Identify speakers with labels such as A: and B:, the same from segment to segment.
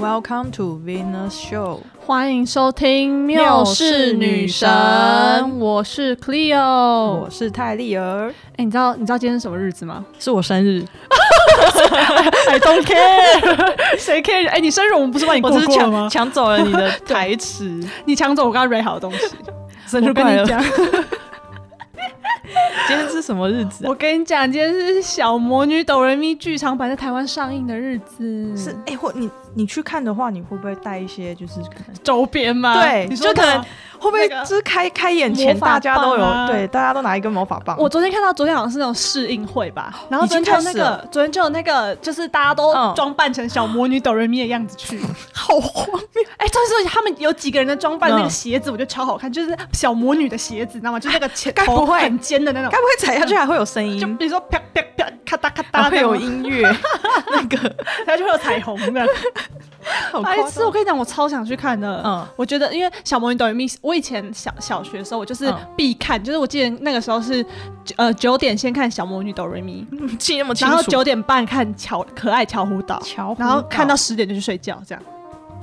A: Welcome to Venus Show。
B: 欢迎收听《
A: 妙
B: 妙
A: 世
B: 世
A: 女
B: 女
A: 神
B: 神》，我是 Cleo。
A: 我是泰丽儿，
B: 哎、你知道你知道今天是什么日子吗
A: 是我生日，
B: ？I don't care，谁 care？哎、你生日我们不是帮你
A: 我
B: 过
A: 只是
B: 过了
A: 抢
B: 吗？
A: 抢走了你的 台词。
B: 你抢走我刚刚 r 好的东西，
A: 生
B: 我
A: 日
B: 跟
A: 快乐
B: 你！讲，
A: 今天是什么日子啊、
B: 我跟你讲，今天是小魔女哆瑞咪剧场版在台湾上映的日子，
A: 是哎、或你你去看的话，你会不会带一些就是可能
B: 周边吗？
A: 对
B: 你说
A: 就可能
B: 吧
A: 会不会
B: 那个
A: 就是开开演前
B: 魔法
A: 大家都有
B: 棒啊
A: 对大家都拿一根魔法棒？
B: 我昨天看到，昨天好像是那种试映会吧，然后
A: 已
B: 昨
A: 经
B: 天就有那
A: 开始
B: 个，昨天就有那个，就是大家都
A: 嗯
B: 装扮成小魔女哆瑞咪的样子去，好荒谬！哎，重点是他们有几个人的装扮，
A: 嗯
B: 那个鞋子我觉得超好看，就是小魔女的鞋子，你知道吗？就是那个 前
A: 该不
B: 头
A: 会
B: 很尖的那种
A: 该，不会踩下去还会有声音
B: 就？比如说啪啪啪咔嗒咔
A: 然
B: 嗒
A: 后
B: 的
A: 会
B: 那
A: 有
B: 种，
A: 音 乐，那个
B: 然后就会有彩虹的。
A: 好夸
B: 白痴！哎我
A: 张。
B: 跟你讲，我超想去看的。
A: 嗯
B: 嗯，我觉得因为小魔女哆瑞咪，我以前小小学的时候，我就是
A: 嗯
B: 必看，就是我记得那个时候是呃九点先看小魔女哆瑞咪，
A: 记那么清
B: 然后
A: 楚，
B: 九点半看乔可爱乔湖岛，
A: 乔
B: 然后看到
A: 湖
B: 十点就去睡觉，这样。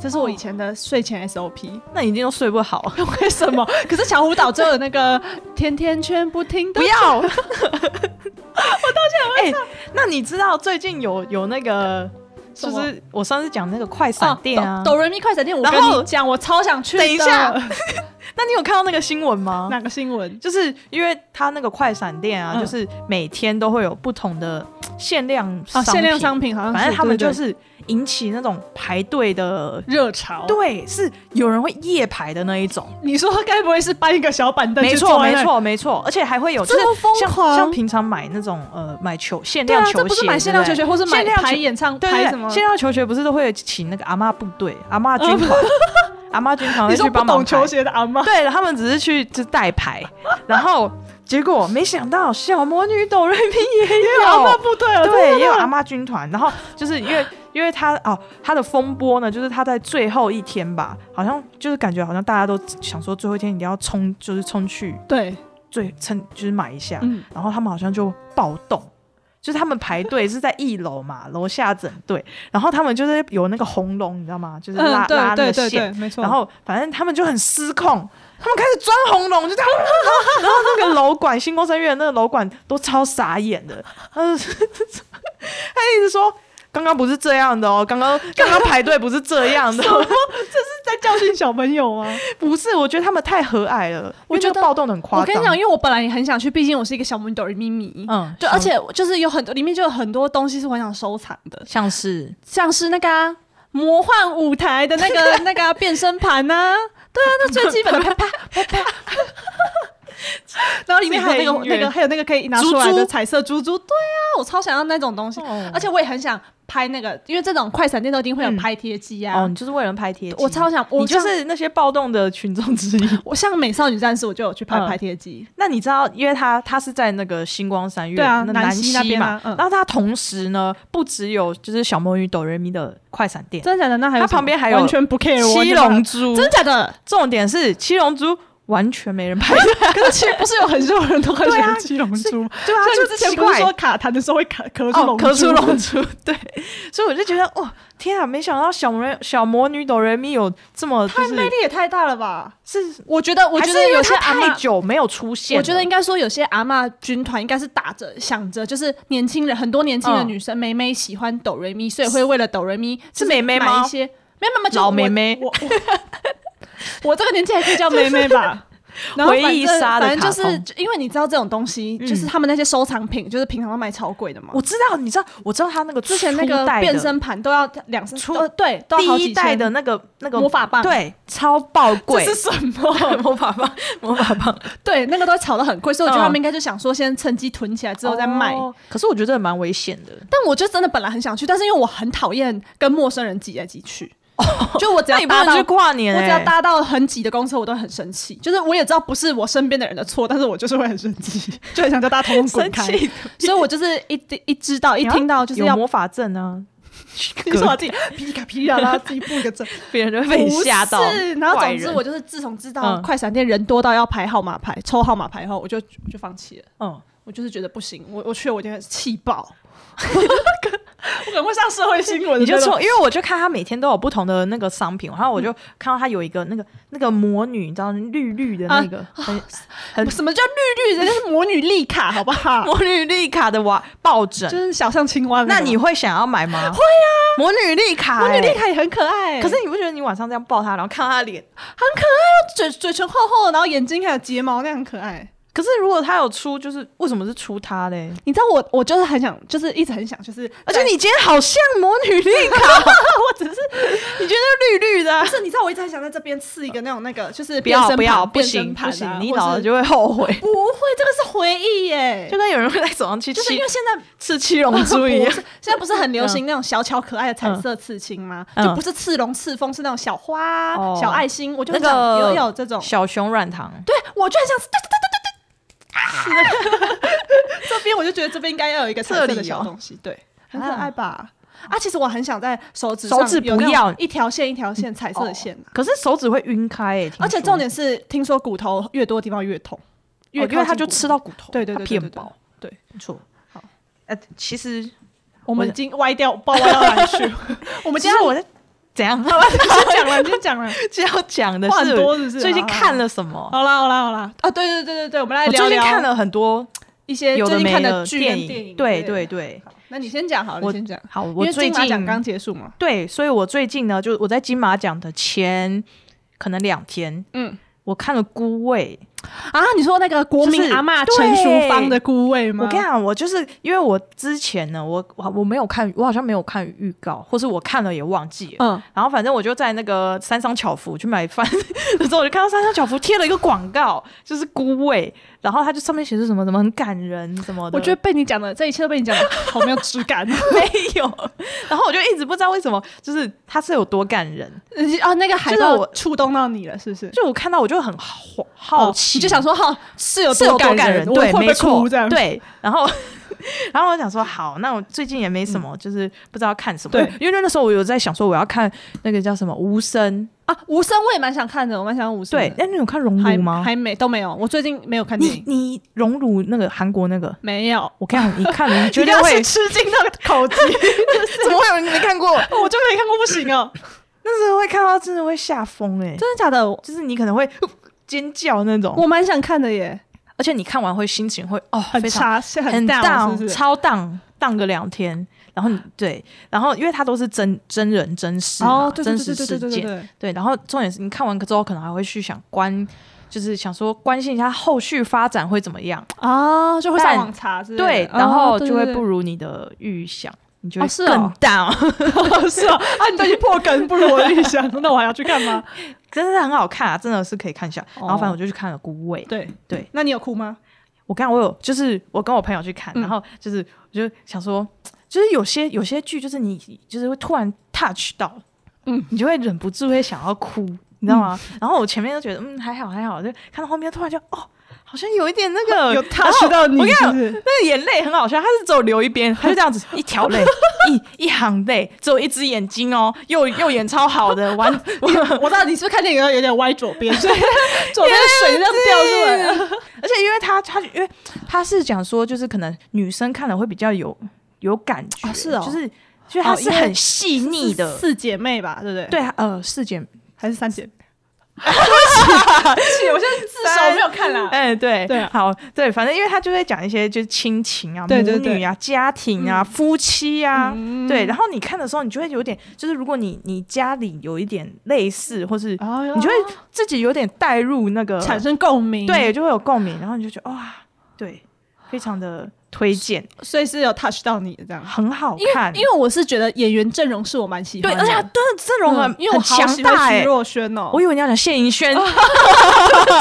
B: 这是我以前的睡前 SOP。
A: 岛那你一定都睡不好。
B: 为什么？可是乔湖岛只有那个甜甜圈不停的
A: 不， 要！我到现在哎、那你知道最近有有那个，
B: 什
A: 就
B: 么
A: 是我上次讲那个快闪店啊
B: 哦哆哆瑞咪快闪店，我
A: 然
B: 跟
A: 后
B: 你讲，我超想去的。
A: 等一下那你有看到那个新闻吗？
B: 哪个新闻？
A: 就是因为它那个快闪店啊，
B: 嗯
A: 就是每天都会有不同的限量
B: 啊，限量
A: 商
B: 商品好像
A: 品，
B: 是，
A: 反正他们
B: 对
A: 就
B: 对
A: 是引起那种排队的。
B: 对热潮。
A: 对，是有人会夜排的那一种，
B: 你说该不会是搬一个哦小板凳？
A: 没错，没，错，没错，而且还会有就
B: 这么
A: 是
B: 疯
A: 像
B: 狂
A: 像平常买那种呃买球限
B: 对
A: 量
B: 啊，
A: 球鞋，
B: 这不是买限量
A: 对
B: 球
A: 不对
B: 鞋，或是买
A: 限量球
B: 排演唱
A: 对对
B: 排
A: 对
B: 什么？哦
A: 现在球鞋不是都会请那个阿嬷部队、阿嬷军团、阿嬷军团
B: 你
A: 会
B: 说
A: 去
B: 不
A: 帮忙
B: 懂
A: 排
B: 球。鞋的阿妈，
A: 对，他们只是去就代排，然后结果没想到小魔女哆瑞咪也
B: 阿妈
A: 有，
B: 不对啊了，
A: 对，也有
B: 真的
A: 阿嬷军团。然后就是因为因为他哦，他的风波呢，就是他在最后一天吧，好像就是感觉好像大家都想说最后一天一定要冲，就是冲去
B: 对，
A: 最趁就是买一下，
B: 嗯，
A: 然后他们好像就暴动，就是他们排队是在一楼嘛，楼下整队，然后他们就是有那个红龙，你知道吗？就是拉、
B: 嗯，对
A: 拉那
B: 对
A: 个
B: 对
A: 线，
B: 对，没错。
A: 然后反正他们就很失控。他们开始装红龙，就这样，然后然后那个楼管新光三越的那个楼管都超傻眼的，他就是他一直说刚刚不是这样的哦，刚刚刚刚排队不是这 样的哦，
B: 在教训小朋友啊！
A: 不是，我觉得他们太和蔼了，
B: 我觉得
A: 因为那个暴动得很夸张。
B: 我跟你讲，因为我本来也很想去，毕竟我是一个小魔女哆瑞咪迷。
A: 嗯，
B: 对，而且我就是有很多里面就有很多东西是我很想收藏的，
A: 像是
B: 像是那个啊、魔幻舞台的那 个那个啊、变身盘呐、对啊，那最基本的啪啪啪啪。 然后里面还有那
A: 自己配音
B: 个
A: 乐
B: 那个还有那个可以拿出来
A: 珠珠
B: 的彩色珠珠，对啊，我超想要那种东西，
A: 哦
B: 而且我也很想拍那个，因为这种快闪店都一定会有
A: 嗯
B: 拍贴机啊。
A: 哦，你就是为了拍贴
B: 我
A: 超。
B: 超想，我
A: 你就
B: 像
A: 是那些暴动的群众之一。
B: 我像美少女战士，我就有去拍
A: 嗯
B: 拍贴机。
A: 那你知道，因为他他是在那个星光三月
B: 对啊
A: 那
B: 南
A: 西
B: 西那边
A: 嘛，
B: 啊嗯
A: 然后他同时呢，不只有就是小魔女哆瑞咪的快闪店，
B: 真的假的？那还有
A: 它旁边还有
B: 完全不 care 我
A: 七龙，珠，
B: 真假的？
A: 重点是七龙珠完全没人拍， 对
B: 可是其实不是有很多人都很喜
A: 对啊
B: 欢七龙珠吗？
A: 啊
B: 像，
A: 就
B: 你之前
A: 奇
B: 不是
A: 怪
B: 说卡痰的时候会卡咳出
A: 哦，
B: 龙珠？
A: 咳出龙珠，对，所以我就觉得哇，天啊，没想到小魔人小魔女哆瑞咪有这么就
B: 它魅
A: 是
B: 力也太大了吧？
A: 是，
B: 我觉得，我
A: 还
B: 觉
A: 是
B: 得
A: 因为
B: 有些
A: 它
B: 阿
A: 太
B: 妈。
A: 久没有出现了，
B: 我觉得应该说，有些阿嬷军团应该是打着想着，就是年轻人很多年轻的
A: 嗯
B: 女生妹妹喜欢哆瑞咪，所以会为了哆瑞咪
A: 是妹妹
B: 买
A: 吗
B: 一？些没有没有就是
A: 老
B: 我
A: 妹妹
B: 我我我这个年纪还可以叫妹妹 吧？然后
A: 回
B: 反
A: 忆
B: 正
A: 杀的
B: 反正就
A: 卡
B: 是因为你知道这种东西，就是
A: 嗯
B: 他们那些收藏品，就是平常都卖超贵的嘛。
A: 我知道，你知道，我知道他那个
B: 之前那个
A: 初代的
B: 变身盘都要两三
A: 出
B: 都对，都要好
A: 第
B: 几
A: 一代
B: 千
A: 的那个那个
B: 魔法棒，，
A: 对，超爆贵，哦
B: 这是 什么？
A: 魔法棒，魔法棒
B: 对，那个都炒得很贵，所以我觉得
A: 嗯
B: 他们应该就想说，先趁机囤起来之后再卖。
A: 哦可是我觉得蛮危险的。
B: 但我就真的本来很想去，但是因为我很讨厌跟陌生人挤来挤去， 就我只
A: 那
B: 要
A: 你不
B: 搭
A: 能
B: 到
A: 去跨年、
B: 我
A: 欸，
B: 只要搭到很挤的公车，我都很生气。就是我也知道不是我身边的人的错，但是我就是会很生气， 就很想叫大家通通滚
A: 生
B: 开。
A: 气，
B: 所以我就是一一知道一听到就是
A: 有
B: 要
A: 魔法阵 啊，
B: 你说我自己噼里啪 噼里啪啦自己布一个阵，
A: 别人就 会被你吓到
B: 不。是，然后
A: 怪
B: 总
A: 人
B: 之我就是自从知道
A: 嗯
B: 快闪店人多到要排号码牌、抽号码牌后，我就我就放弃了。
A: 嗯，
B: 我就是觉得不行，我我去了我一定会气爆，我可能会上社会新闻的
A: 你就
B: 那种，
A: 说，因为我就看他每天都有不同的那个商品，然后我就看到他有一个那个那个魔女，你知道绿绿的那个、很很
B: 什么叫绿绿的？那是魔女丽卡，好不好？
A: 魔女丽卡的娃抱枕
B: 就，是小象青蛙
A: 那
B: 种
A: 你会想要买吗？会啊，魔女丽卡、
B: 魔女丽
A: 欸
B: 卡也很可爱，
A: 可是你不觉得你晚上这样抱他，然后看他脸？
B: 很可爱，嘴嘴唇厚厚的，然后眼睛还有睫毛，那样很可爱。
A: 可是如果他有出，就是为什么是出他嘞？
B: 你知道我，我就是很想，就是一直很想，就是
A: 而且你今天好像魔女丽卡，
B: 我只是
A: 你觉得绿绿的啊、
B: 不是，你知道我一直很想在这边刺一个那种那个，就是
A: 不
B: 变
A: 要
B: 身
A: 不要，
B: 盘
A: 不
B: 变身
A: 行
B: 盘
A: 不
B: 啊
A: 行，你
B: 或是
A: 老了就会后悔。
B: 不会，这个是回忆 耶，
A: 就跟有人会在手上去
B: 就是因
A: 七
B: 为现在
A: 吃七龙珠一
B: 不啊
A: 样
B: 是，现在不是很流行那种小巧可爱的彩色刺青吗？
A: 嗯
B: 就不是刺龙刺凤，是那种小花、
A: 哦
B: 小爱心，我就
A: 那
B: 很想
A: 个
B: 也有这种，
A: 小熊软糖。
B: 对我就很想，对对对对对，啊 这边我就觉得这边应该要有一个彩色
A: 这里
B: 的
A: 哦
B: 小东西，对，很可爱吧？啊，其实我很想在手指
A: 手
B: 上
A: 指
B: 有
A: 不
B: 那种
A: 要
B: 一条线一条线彩色的线啊
A: 哦可是手指会晕开诶、
B: 而且
A: 听说
B: 重点是，听说骨头越多的地方越痛，越
A: 哦因为它就吃
B: 吃
A: 到骨头，
B: 对对对
A: 它
B: 对
A: 变
B: 对对
A: 薄，
B: 对，
A: 没错。
B: 好，
A: 呃，其实
B: 我们已经歪掉，不知道歪到哪里去 了。我们
A: 其
B: 今
A: 实
B: 天
A: 我在怎样，
B: 先讲 了，先讲了。
A: 就要讲的
B: 话很
A: 是
B: 多是不是
A: 最近
B: 好好
A: 看了什么？
B: 好啦好啦好啦，啊，对对对对对，我们来
A: 我
B: 聊
A: 最近
B: 聊
A: 看了很多
B: 一些
A: 有
B: 最
A: 的
B: 近
A: 没
B: 看
A: 的
B: 剧跟
A: 影，
B: 电影。
A: 对对。对。
B: 好那你先讲好了，
A: 我
B: 你先讲，
A: 好，
B: 因
A: 我
B: 为
A: 最
B: 金马
A: 近
B: 奖刚结束嘛。
A: 对，所以我最近呢，就我在金马奖的前可能两天，
B: 嗯
A: 我看了《孤味》。
B: 啊，你说那个国
A: 就是
B: 民阿嬷
A: 对
B: 陈淑芳的姑位吗？
A: 我跟你讲，我就是因为我之前呢，我我我没有看，我好像没有看预告，或是我看了也忘记了。
B: 嗯，
A: 然后反正我就在那个三商巧福去买饭的时候，我就看到三商巧福贴了一个广告，就是菇味，然后它就上面写着什么什么很感人什么的，
B: 我觉得被你讲的这一切都被你讲的好 没有质感。
A: 没 有。然后我就一直不知道为什么，就是它是有多感人，
B: 啊，那个海
A: 就是
B: 报
A: 我
B: 触动到你了，是不是？哦
A: 就我看到我就很好好奇，
B: 你就想说哈是有
A: 是有多
B: 感
A: 感人，
B: 我
A: 对，
B: 会不
A: 没
B: 会
A: 错
B: 哭这样？，
A: 对，然后。 然后我想说，好，那我最近也没什么，就是不知道看什么。
B: 对
A: 因为那时候我有在想说，我要看那个叫什么《无声
B: 啊，无声我也蛮想看的，我蛮想看无》。声的。
A: 对，哎那你有看《熔炉
B: 还》
A: 吗？
B: 还没都没有，我最近没有看电
A: 你
B: 影，
A: 你《熔炉》那个韩国那个，
B: 没有。
A: 我跟你讲，你看了，你绝
B: 一
A: 对
B: 定要
A: 会
B: 是吃惊那个口技，
A: 怎么会有人没看过？
B: 我就没看过不行哦。
A: 那时候会看到，真的会吓疯哎！
B: 真的假的？
A: 就是你可能会尖叫那种，
B: 我蛮想看的耶，
A: 而且你看完会心情会哦，
B: 很
A: 非常
B: 差，是
A: 很
B: down，是不是？
A: 超荡荡个两天。然后你对，然后因为它都是真真人真事嘛，
B: 哦，对
A: 真
B: 对对
A: 实
B: 对
A: 事
B: 对对对
A: 件，
B: 对，
A: 对。然后重点是你看完之后，可能还会去想关，就是想说关心一下后续发展会怎么样，
B: 啊，就会
A: 但
B: 上网查之类的，
A: 对，
B: 哦
A: 然后
B: 对
A: 就会
B: 对
A: 不如你的预想，你就会
B: 哦是
A: 更
B: 哦
A: down，、
B: 对 是啊，啊，你都已经破梗，不如我预想，那我还要去干嘛？
A: 真的很好看啊，真的是可以看一下。然后反正
B: 哦
A: 我就去看了《孤味》，
B: 对
A: 对，
B: 那你有哭吗？
A: 我刚我有就是我跟我朋友去看，
B: 嗯
A: 然后就是我就想说，就是有些有些剧就是你就是会突然 touch 到，
B: 嗯，
A: 你就会忍不住会想要哭，你知道吗？然后我前面都觉得嗯还好还好，就看到后面突然就哦。好像有一点那个，
B: 有
A: 然后
B: touch 到你
A: 我跟
B: 是
A: 讲，
B: 不是？
A: 那个眼泪很好笑，他是只有流一边，他就这样 子一条泪，一一行泪，只有一只眼睛哦，右右眼超好的， 完
B: 我知道你是不是看电影有点歪左边，所以 左边的水这样 掉出来了。
A: 而且因为他他因为他是讲说，就是可能女生看了会比较有有感觉，
B: 哦是哦
A: 就是就是他
B: 哦
A: 是
B: 因为
A: 很细腻的，
B: 四姐妹吧，对不对？，
A: 对，呃，四姐，
B: 还是三姐妹？对不起，我现在自首没有看啦。
A: 哎、对
B: 对啊
A: 好，对，反正因为他就会讲一些就是亲情啊、
B: 对对
A: 母女啊、家庭啊、夫妻啊。
B: 嗯
A: 对，然后你看的时候，你就会有点，就是如果你你家里有一点类似，或是
B: 哦
A: 你就会自己有点带入那个，
B: 产生共鸣，，
A: 对，就会有共鸣，然后你就觉得哇，对，非常的推荐，
B: 所以是有 touch 到你的这样。
A: 很好
B: 因为
A: 看，
B: 因为我是觉得演员阵容是我蛮喜
A: 对，
B: 欢的，
A: 而且他真的阵容很、
B: 嗯因为我
A: 很
B: 好
A: 强
B: 喜
A: 大
B: 欢
A: 哎、
B: 徐若瑄哦，
A: 我以为你要讲谢盈 萱，
B: 不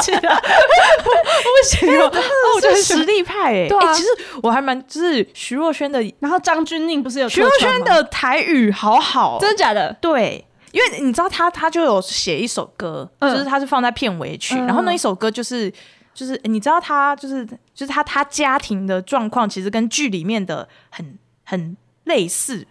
B: 起 来，不行哦，我就
A: 这
B: 很
A: 哎是
B: 喜欢
A: 实力派哎、
B: 对啊
A: 哎其实我还蛮就是徐若瑄的
B: 然后张钧甯不是有
A: 徐
B: 客
A: 若
B: 串
A: 瑄
B: 吗，
A: 的台语好好，
B: 真的假的？
A: 对，因为你知道她，她就有写一首歌，
B: 嗯
A: 就是她是放在片尾曲，
B: 嗯
A: 然后那一首歌就是就是哎你知道她就是就是她她家庭的状况其实跟剧里面的很很类似，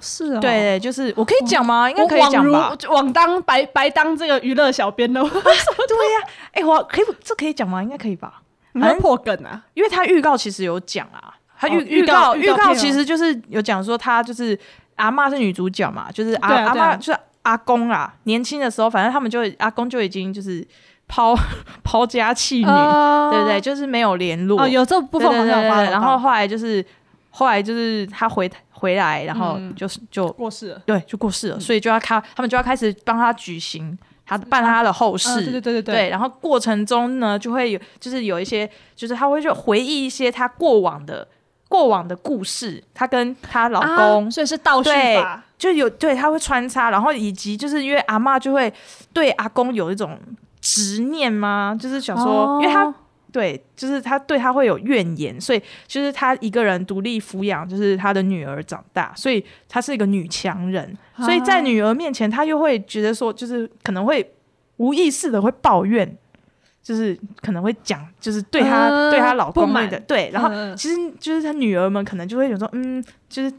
B: 是哦，
A: 对，就是我可以讲吗？应该
B: 我
A: 可以
B: 枉
A: 讲
B: 如
A: 吧？
B: 枉当白白当这个娱乐小编的，
A: 对呀、哎、我可以这可以讲吗？应该可以吧？
B: 你会破梗啊？
A: 因为她预告其实有讲啊，她预、
B: 哦预
A: 告
B: 告
A: 预
B: 预告片哦
A: 其实就是有讲说她就是。阿嬷是女主角嘛，就是阿、
B: 对啊
A: 阿
B: 对啊
A: 嬷就是阿公啦，年轻的时候，反正他们就阿公就已经就是抛 抛家弃女，
B: 呃
A: 对不对？就是没有联络，
B: 哦，有这部
A: 对
B: 分
A: 对
B: 我好
A: 对
B: 像
A: 对
B: 有发
A: 对然后后来就是后来就是他回回来，然后
B: 嗯
A: 就是就
B: 过世了。
A: 对就过世了，所以就要开他们就要开始帮他举行他办他的后事，
B: 嗯对对对对
A: 对，然后过程中呢，就会有就是有一些，就是他会就回忆一些他过往的过往的故事，他跟她老公、
B: 啊所以是倒叙
A: 对
B: 法，
A: 就有对他会穿插，然后以及就是因为阿嬷就会对阿公有一种执念吗？就是想说，因为他
B: 哦
A: 对，就是他对他会有怨言，所以就是他一个人独立抚养，就是他的女儿长大，所以他是一个女强人，
B: 啊
A: 所以在女儿面前，他又会觉得说，就是可能会无意识的会抱怨，就是可能会讲，就是对她、
B: 嗯
A: 对她老
B: 不
A: 公
B: 满
A: 那个对，然后
B: 嗯
A: 其实就是他女儿们可能就会有说，嗯，就是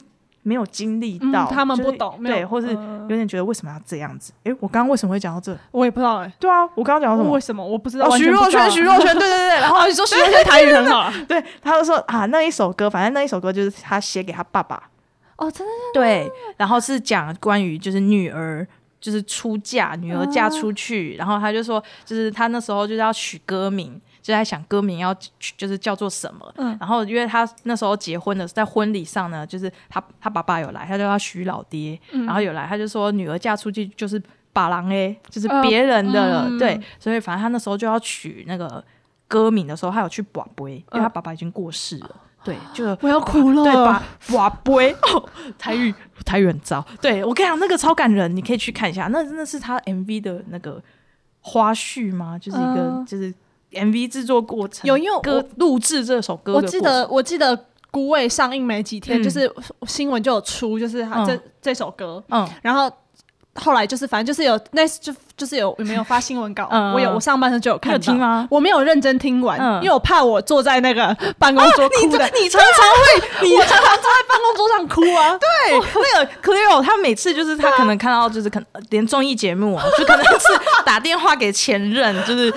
A: 没有经历
B: 嗯
A: 到，
B: 他们
A: 就是
B: 不懂，没有
A: 对，或是
B: 嗯
A: 有点呃觉得为什么要这样子？诶，我刚刚为什么会讲到这？
B: 我也不知道哎，
A: 对啊，我刚刚讲到什么
B: 为？什么我不知道？
A: 哦，
B: 完
A: 徐
B: 全不
A: 若
B: 知道
A: 瑄，徐若瑄，对对对，然后
B: 哦，你说徐若瑄台语很好啊
A: 对，他就说啊，那一首歌，反正那一首歌就是他写给他爸爸，
B: 哦，真的
A: 对，然后是讲关于就是女儿。就是出嫁，女
B: 哦
A: 儿嫁出去，然后他就说，就是他那时候就是要取歌名，就在想歌名要取就是叫做什么。
B: 嗯
A: 然后因为他那时候结婚的在婚礼上呢，就是他他爸爸有来，他叫他徐老爹，
B: 嗯
A: 然后有来他就说女儿嫁出去就是把郎哎，就是
B: 呃
A: 别人的了，
B: 嗯
A: 对，所以反正他那时候就要取那个歌名的时候，他有去把杯，因为
B: 嗯
A: 他爸爸已经过世了，对，就
B: 我要哭了，
A: 对 吧？瓦杯哦，台语台语很糟。对我跟你讲，那个超感人，你可以去看一下。那那是他 MV 的那个花絮吗？就是一个、
B: 嗯
A: 就是 MV 制作过程，
B: 有因为我
A: 歌录制这首歌的
B: 我
A: 过
B: 记
A: 程，
B: 得我记得孤味上映没几天，
A: 嗯
B: 就是新闻就有出，就是他这、
A: 嗯
B: 这首歌，
A: 嗯
B: 然后。后来就是，反正就是有那就就是有有没有发新闻稿？
A: 嗯
B: 我有，我上半身就有
A: 你
B: 看
A: 有
B: 到。
A: 听吗？
B: 我没有认真听完，
A: 嗯啊
B: 因为我怕我坐在那个办公桌哭 的。
A: 你常常会，你
B: 我常常坐在办公桌上哭啊。对，
A: 对，那个 Cleo，他每次就是他可能看到就是可能呃连综艺节目啊，就可能是打电话给前任， 就是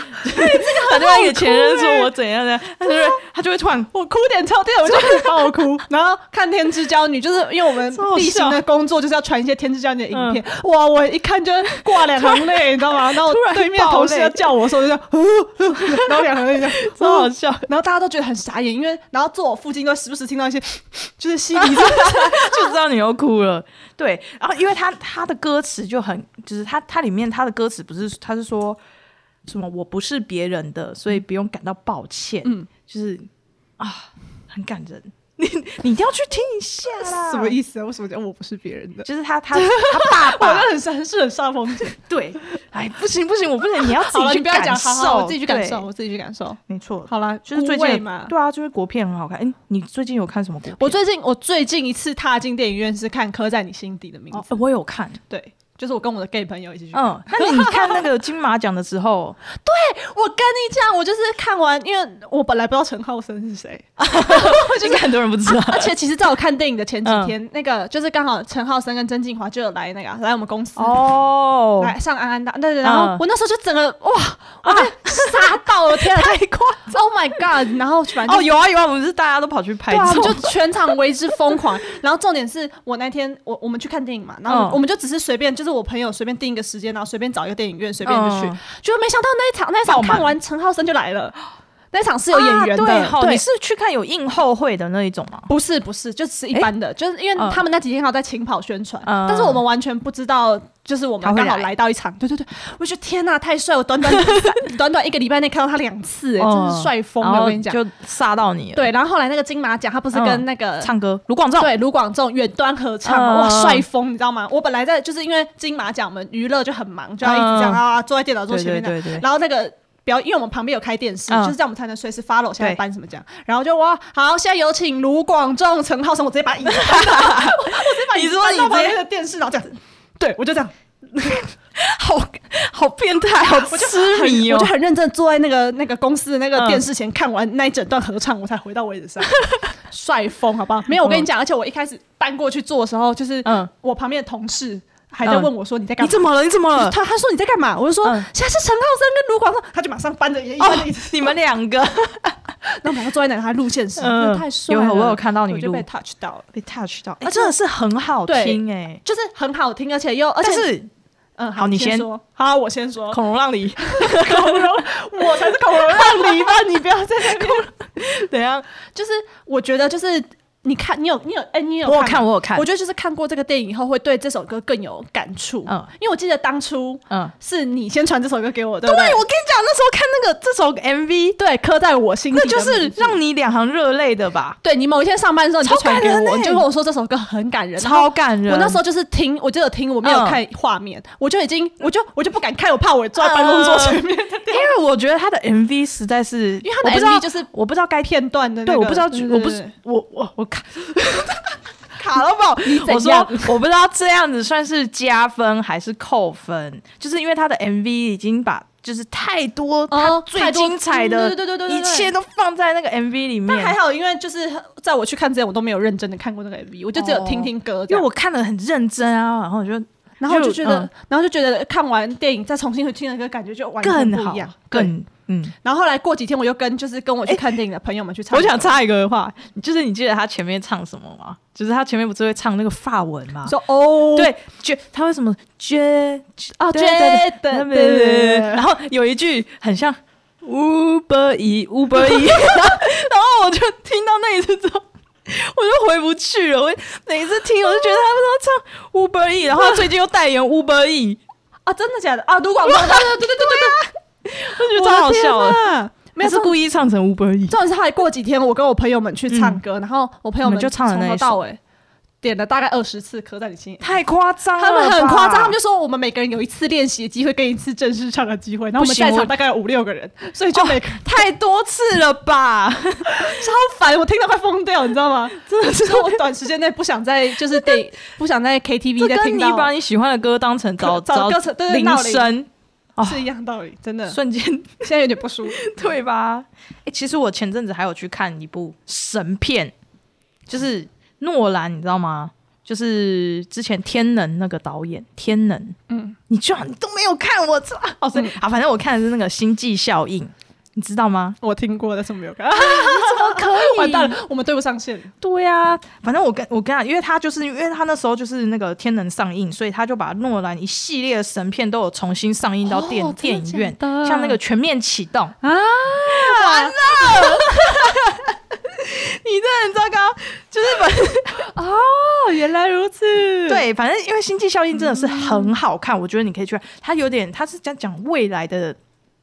A: 打电话给前任说
B: 欸
A: 我怎样的，他就会他就会突然
B: 我哭点超天，我就开始爆哭。 然后看《天之娇女》，就是因为我们
A: 超好
B: 地形
A: 笑嗯
B: 的工作就是要传一些《天之娇女》的影片。哇，我一看就挂两行泪，你知道吗？然后
A: 突然
B: 对面同事
A: 爆泪
B: 要叫我的时候，我就 这样，呃呃然后两行 泪这样，
A: 超好笑。
B: 然后大家都觉得很傻眼，因为然后坐我附近都时不时听到一些，就是吸鼻子。
A: 就知道你又哭了。对，然后因为他他的歌词就很，就是他他里面他的歌词不是他是说什么我不是别人的，所以不用感到抱歉。
B: 嗯
A: 嗯，就是啊，很感人。 你你一定要去听一下啦。
B: 什么意思啊？为什么讲我不是别人的？
A: 就是他他他爸
B: 我
A: 爸
B: 那很很是很煞风景。
A: 对，哎，不行不行，我不能，你要自己去
B: 你不要
A: 感
B: 讲，
A: 受，
B: 好好，我自己去感受，
A: 对，
B: 我自己去感受。
A: 没错，
B: 好啦，
A: 就是最
B: 孤味
A: 近
B: 嘛，
A: 对啊，就是国片很好看。哎、你最近有看什么国片？
B: 我最近我最近一次踏进电影院是看《刻在你心底的名字》
A: 哦，我有看，
B: 对，就是我跟我的 gay 朋友一起去。
A: 嗯，那你看那个金马奖的时候，
B: 我跟你讲，我就是看完，因为我本来不知道陈浩森是 谁，
A: 应该很多人不知道。
B: 而且其实在我看电影的前
A: 嗯
B: 几天，那个就是刚好陈浩森跟曾静华就有来那个啊来我们公 司。
A: 哦
B: 来上安安大，对对，然后
A: 嗯啊
B: 我那时候就整个哇，我被杀到了，天啊， 太夸张！Oh my god！然后反正
A: 哦，
B: 就
A: 有啊有啊，我们是大家都跑去拍
B: 对啊，我
A: 照，
B: 们就全场为之疯狂。 然后重点是我那天我我们去看电影嘛，然后
A: 嗯
B: 我们就只是随便，就是我朋友随便定一个时间，然后随便找一个电影院，随便就去
A: 嗯。
B: 结果没想到那一场那一场
A: 爆满
B: 看完陈浩森就来了，那一场是有演员的，
A: 啊对好，
B: 对
A: 你。是去看有映后会的那一种吗？
B: 不是不是，就只是一般的，就是因为
A: 嗯
B: 他们那几天好像在勤跑宣传，
A: 嗯
B: 但是我们完全不知道，就是我
A: 他
B: 们
A: 会
B: 刚好
A: 来
B: 来到一场，对对对，我觉得天呐、太帅！我短短 短短一个礼拜内看到他两次、哎、真
A: 嗯
B: 是帅疯
A: 然
B: 了！
A: 后
B: 我跟你讲，
A: 就杀到你了。，
B: 对，然后后来那个金马奖，他不是跟
A: 嗯
B: 那个
A: 唱歌卢广仲，
B: 对，卢广仲远端合唱，
A: 嗯
B: 哇，
A: 嗯
B: 帅疯，你知道吗？我本来在就是因为金马奖，我们娱乐就很忙，就要一直这样
A: 嗯
B: 啊，坐在电脑桌
A: 对
B: 前面
A: 对
B: 的。
A: 对对，
B: 然后那个表，因为我们旁边有开电视，
A: 嗯
B: 就是这样我们才能随时 follow 现在
A: 对
B: 颁什么奖。然后就哇，好，现在有请卢广仲、陈浩生，我直接把椅子 搬到，我直接把椅
A: 你
B: 子
A: 说
B: 搬
A: 你
B: 到
A: 直
B: 旁
A: 接
B: 边的电视，然后这样子。
A: 哦
B: 对，我就这样，
A: 好好变态，好痴迷
B: 我
A: 哦
B: 就。很认真地坐在那个那个公司的那个
A: 嗯
B: 电视前看完那一整段合唱，我才回到位置上， 帅疯，好不好？没有，我跟你讲，而且我一开始搬过去坐的时候，就是
A: 嗯，
B: 我旁边的同事还在问我说你在干
A: 你
B: 嘛？
A: 怎么了？你怎么
B: 我就
A: 了？
B: 他他说你在干嘛？我就说、
A: 嗯哦
B: 现在是陈浩森跟卢广仲，他就马上搬着一个椅子，
A: 你们两个，
B: 然后我们两个坐在奶茶路线时，真的太帅
A: 有
B: 了。
A: 我有看到你
B: 嗯我就
A: 录
B: 被 touch 到了，
A: 被 touch 到，
B: 哎
A: 啊，真的是很好
B: 对
A: 听哎。
B: 就是很好听，而且又而且
A: 但是
B: 嗯，
A: 好你先
B: 先说，好，我先说，
A: 孔融让梨，
B: 孔融，我才是孔 融让梨吧，你不要在那边。
A: 怎样？
B: 就是我觉得就是你看，你有你有哎、你有
A: 我有
B: 看
A: 看，我有看
B: 我，觉得就是看过这个电影以后，会对这首歌更有感触。
A: 嗯
B: 因为我记得当初
A: 嗯，
B: 是你先传这首歌给我，对
A: 对
B: 不
A: 我
B: 对？
A: 跟你讲，那时候看那个这首 MV，
B: 对，刻在我心底
A: 那
B: 的名
A: 就
B: 字，
A: 是让你两行热泪的吧，
B: 对你某一天上班的时候，你就
A: 超
B: 传给
A: 感人
B: 我，
A: 欸
B: 你就跟我说这首歌很感人，然后
A: 超感人。
B: 我那时候就是听，我就有听，我没有
A: 嗯
B: 看画面，我就已经，我就我就不敢看，我怕我坐在办公桌前面，
A: 因为我觉得他的 MV 实在是，
B: 因为他
A: 我
B: 的
A: 不知道
B: MV 就是
A: 我不知道该
B: 片段的那
A: 对，
B: 个。
A: 我不知道，
B: 对
A: 我不是我我我卡卡到爆。我
B: 怎
A: 说
B: 样
A: 我不知道这样子算是加分还是扣分，就是因为他的 MV 已经把就是太多他
B: 哦
A: 最
B: 太多
A: 精彩
B: 嗯
A: 的
B: 对对对对对
A: 一
B: 对
A: 切都放在那个 MV 里
B: 但还
A: 面。
B: 好，因为就是在我去看之前，我都没有认真的看过那个 MV，我就只有听听歌这
A: 因为
B: 样。
A: 我看的很认真啊，然后我就
B: 然后我就觉得，
A: 嗯
B: 然后就觉得看完电影再重新去听那个歌，感觉就完全
A: 更
B: 不
A: 好
B: 一样。，对。
A: 更嗯。
B: 然后后来过几天，我又跟就是跟我去看电影的朋友们去唱
A: 我
B: 歌。
A: 想插一个话，就是你记得他前面唱什么吗？就是他前面不是会唱那个法文吗？
B: 说哦，
A: 对，觉他为什么觉
B: 哦，
A: 对
B: 觉
A: 对
B: 得对对
A: 然后有一句很像 Uber E Uber E，然后然后我就听到那一次之后。我就回不去了，我每一次听我就觉得他们都要唱 Uber E，然后他最近又代言 Uber E，
B: 啊，真的假的啊？卢广仲，对对对对
A: 我就觉得
B: 对对，
A: 超好笑
B: 我的
A: 了。
B: 天啊哪！
A: 没
B: 没
A: 有
B: 有
A: 是
B: 这
A: 故意唱成 Uber E，
B: 重点是后来过几天，我跟我朋友们去唱歌，然后我朋友
A: 嗯你们就唱了
B: 从
A: 那一
B: 头
A: 首哦
B: 到尾点了大概二十次《刻在你心里》。
A: 太夸张了吧，
B: 他们很夸张，他们就说我们每个人有一次练习的机会跟一次正式唱的机会，然后我
A: 不
B: 们
A: 行哦
B: 在
A: 我
B: 场大概有五六个人，所以就每个人、
A: 太多次了吧？
B: 超烦，我听到快疯掉，你知道吗？真的是我短时间内不想再就 是得不想在 KTV
A: 这
B: 再
A: 跟
B: 听
A: 你
B: 到
A: 把你喜欢的歌当成找
B: 找歌词对对
A: 铃
B: 闹铃嗯
A: 声，哦
B: 是一样道理，真的
A: 瞬间
B: 现在有点不舒服。
A: 对吧？哎、其实我前阵子还有去看一部神片，就是诺兰，你知道吗？就是之前《天能》那个导演，《天能》，
B: 嗯，
A: 你居然都没有看，我操！哦，所以、啊，反正我看的是那个《星际效应》，你知道吗？
B: 我听过，但是我没有看，
A: 怎
B: 哦
A: 么可 以
B: 完蛋了，我们对不上线。
A: 对啊，反正我跟我跟他，因为他就是因为他那时候就是那个《天能》上映，所以他就把诺兰一系列的神片都有重新上映到
B: 哦
A: 电、
B: 真的
A: 电影院，
B: 假的
A: 像那个《全面启动》
B: 啊，
A: 完了，你这很糟糕。就是反正
B: 哦，原来如此。
A: 对，反正因为《星际效应》真的是很好看，我觉得你可以去看。它有点，它是讲讲未来的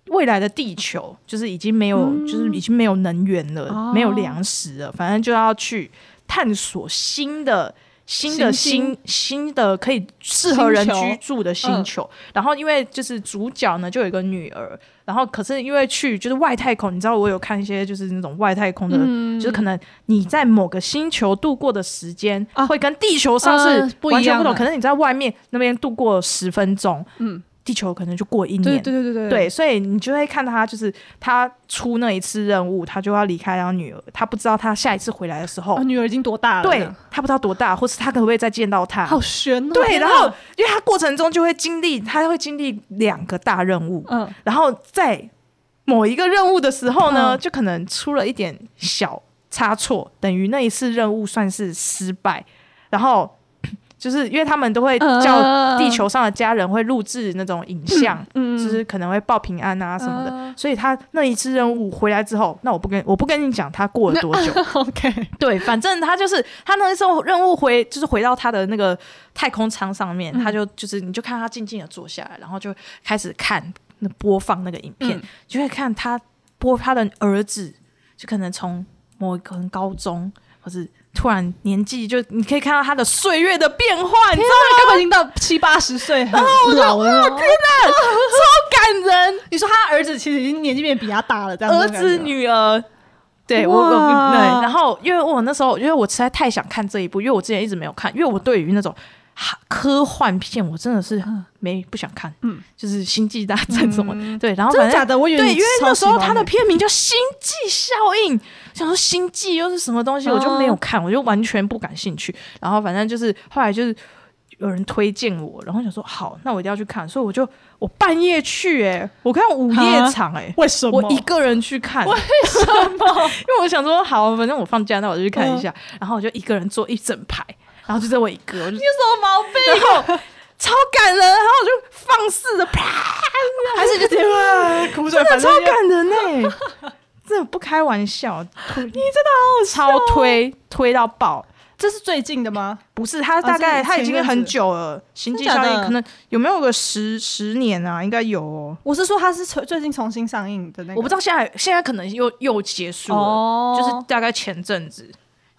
A: 未来的地球，就是已经没有，就是已经没有能源了，
B: 嗯哦
A: 没有粮食了，反正就要去探索新的。新的
B: 新
A: 新新的可以适合人居住的星
B: 嗯
A: 球，然后因为就是主角呢就有一个女儿，然后可是因为去就是外太空，你知道我有看一些就是那种外太空的，
B: 嗯
A: 就是可能你在某个星球度过的时间、
B: 啊
A: 会跟地球上是
B: 呃不一
A: 完全
B: 样
A: 不同，
B: 的
A: 可能你在外面那边度过十分钟，
B: 嗯，
A: 地球可能就过一年。
B: 对对对对对
A: 对所以你就会看他，就是他出那一次任务，他就要离开他女儿，他不知道他下一次回来的时候，
B: 啊女儿已经多大了？这
A: 对
B: 样，
A: 他不知道多大，或是他可不可以再见到他。
B: 好悬哦。
A: 对，
B: 天哪
A: 然后因为他过程中就会经历，他会经历两个大任务，
B: 嗯，
A: 然后在某一个任务的时候呢，
B: 嗯
A: 就可能出了一点小差错，等于那一次任务算是失败。然后 就是因为他们都会叫
B: 嗯
A: 地球上的家人会录制那种影像，
B: 嗯
A: 就是可能会报平安啊什么的。
B: 嗯
A: 所以他那一次任务回来之后，那我不跟我不跟你讲他过了多久，
B: OK，
A: 对，反正他就是他那时候任务回，就是回到他的那个太空舱上面，
B: 嗯
A: 他就就是你就看他静静的坐下来，然后就开始看那播放那个影片，
B: 嗯
A: 就会看他播他的儿子，就可能从某一个可能高中，或是突然年纪就你可以看到他的岁月的变化，你知
B: 天哪，根本已经到七八十岁，很老了哦。
A: 道啊感人，
B: 你说他儿子其实已经年纪变比他大了，这样
A: 儿
B: 子的感觉
A: 子女儿。对我，我
B: 哇
A: 对，然后因为我那时候，因为我实在太想看这一部，因为我之前一直没有看，因为我对于那种哈科幻片，我真的是没不想看，嗯
B: 嗯，
A: 就是《星际大战》什么的，对，然后
B: 真
A: 反
B: 的假
A: 正
B: 的？我以为
A: 对，
B: 你
A: 因为那
B: 超
A: 时
B: 喜
A: 候
B: 欢
A: 它的片名叫《星际效应》，想说星啊际又是什么东西，我就没有看，我就完全不感兴趣。然后反正就是后来就是有人推荐我，然后想说好，那我一定要去看，所以我就我半夜去、欸，哎，我看午夜场、欸，哎。
B: 为什么？
A: 我一个人去看，为什么？ 因为我想说，好，反正我放假，那我就去看一下。然后我就一个人坐一整排，然后就在我一个，我就
B: 有什么毛病？
A: 然后超感人，然后我就放肆的 啪，
B: 还是就直接哇哭出
A: 真
B: 来，
A: 的
B: 反
A: 超
B: 正
A: 感人呢、真的不开玩笑，推超
B: 超推。
A: 推推到爆。
B: 这是最近的吗？
A: 不是，他大概、
B: 这是
A: 他已
B: 前阵
A: 经
B: 子
A: 很久了，《星际
B: 真
A: 效
B: 假
A: 应》
B: 的
A: 可能有没有个十十年啊？应该有哦。
B: 我是说它是最最近重新上映的那个，
A: 我不知
B: 道
A: 道现在现在可能又又结束了，
B: 哦
A: 就是大概前阵子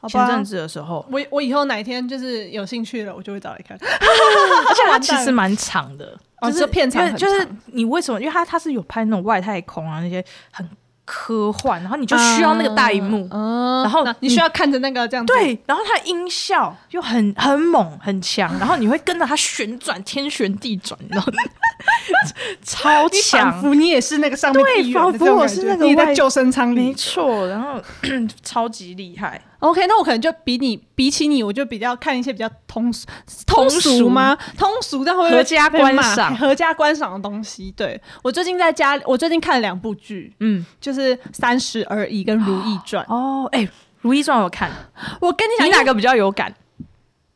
B: 好
A: 前阵
B: 吧。
A: 子的时候，
B: 我我以后哪一天就是有兴趣了，我就会找来看。
A: 而且它
B: 完蛋
A: 其实蛮长的，
B: 哦
A: 就是
B: 这片长
A: 因为
B: 很
A: 就是
B: 长
A: 你为什么？因为它它是有拍那种外太空啊那些很科幻，然后 你就需要那个大荧幕，
B: 嗯
A: 然后
B: 那你需要看着那个这样子，，
A: 啊对，然后它的音效又很很猛很强，然后你会跟着它旋转，天旋地转，你知道吗？ 超
B: 你仿
A: 强，
B: 佛你也是那个上面的
A: 对
B: 一员
A: 仿
B: 的这种
A: 佛我
B: 感觉
A: 是那个
B: 你
A: 外
B: 在救生舱
A: 没
B: 里。
A: 错，然后 超级厉害，
B: OK，那我可能就比你比起你，我就比较看一些比较通俗通
A: 俗
B: 俗吗？通俗但会不会
A: 合家
B: 被骂
A: 观赏
B: 合家观赏的东西。对我最近在家，我最近看了两部剧，
A: 嗯，
B: 就是《三十而已》跟《如懿传》。
A: 哦，哎、如懿传》哦我看，
B: 我跟你讲，
A: 你哪个比较有感？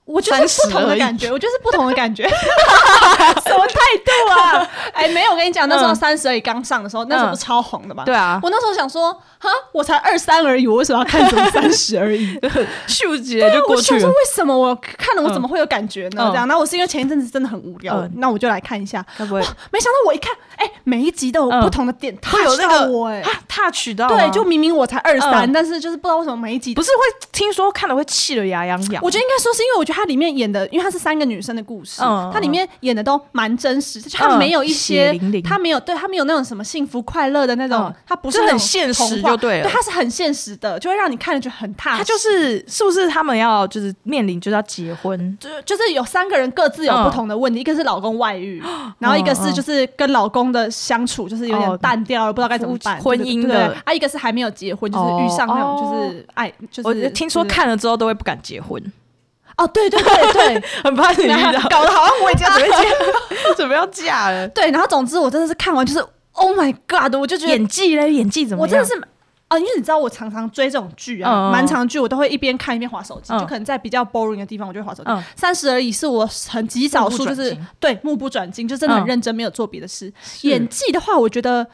B: 我就是不同的感觉，我就是不同的感 觉，什么态度啊？ 哎，没有，我跟你讲，那时候
A: 嗯
B: 三十而已刚上的时候，那时候不是超红的嘛？
A: 对 啊，
B: 我那时候想说，哈，我才二三而已，我为什么要看什么三十而 已？
A: 秀姐就
B: 我
A: 过去
B: 想说
A: 了，
B: 为什么我看了我怎么会有感觉呢？
A: 嗯
B: 这样，那我是因为前一阵子真的很无聊
A: 嗯，
B: 那我就来看一下。
A: 该不会
B: 没想到我一看，哎，每一集都有
A: 嗯
B: 不同的点，
A: 会有那个
B: 我哎。
A: 啊 touch 到吗？
B: 对，就明明我才二三，
A: 嗯
B: 但是就是不知道为什么每一集
A: 不是会听说看了会气得牙痒痒。
B: 我觉得应该说是因为我觉得它里面演的，因为它是三个女生的故事，
A: 嗯
B: 它里面演的都蛮真实，就它没有一
A: 血
B: 些，
A: 淋淋
B: 它没有对，它没有那种什么幸福快乐的那种，
A: 嗯
B: 它不
A: 就是很
B: 那种
A: 现实
B: 童话
A: 就对了
B: 对，它是很现实的，就会让你看了就很踏实。
A: 他就是是不是他们要就是面临就是要结婚，
B: 就就是有三个人各自有不同的问题，一个是老公外遇，然
A: 嗯
B: 后一个是就是跟老公的相处就是有
A: 哦
B: 点淡掉了，不知道该怎么办，
A: 夫婚姻的哦
B: 对对对啊，一个是还没有结婚，就是遇上那种就是爱，就
A: 我
B: 是
A: 听说
B: 就是
A: 看了之后都会不敢结 婚，
B: 哦，对对对 对，
A: 很怕你遇
B: 然后
A: 到
B: 搞得好像我已经要准备结婚
A: 准备要嫁了。
B: 对，然后总之我真的是看完就是 Oh my God，我就觉得
A: 演技嘞，演技怎么
B: 我
A: 样？
B: 真的是啊，因为你知道我常常追这种剧
A: 嗯嗯
B: 啊，
A: 嗯
B: 蛮、长剧，我都会一边看一边划手机，
A: 嗯
B: 就可能在比较 boring 的地方我就会划手机。
A: 嗯
B: 三十而已是我很极少数，就
A: 目不转
B: 是
A: 睛
B: 对目不转睛，就真的
A: 嗯
B: 很认真，没有做别的事。
A: 是
B: 演技的话，我觉得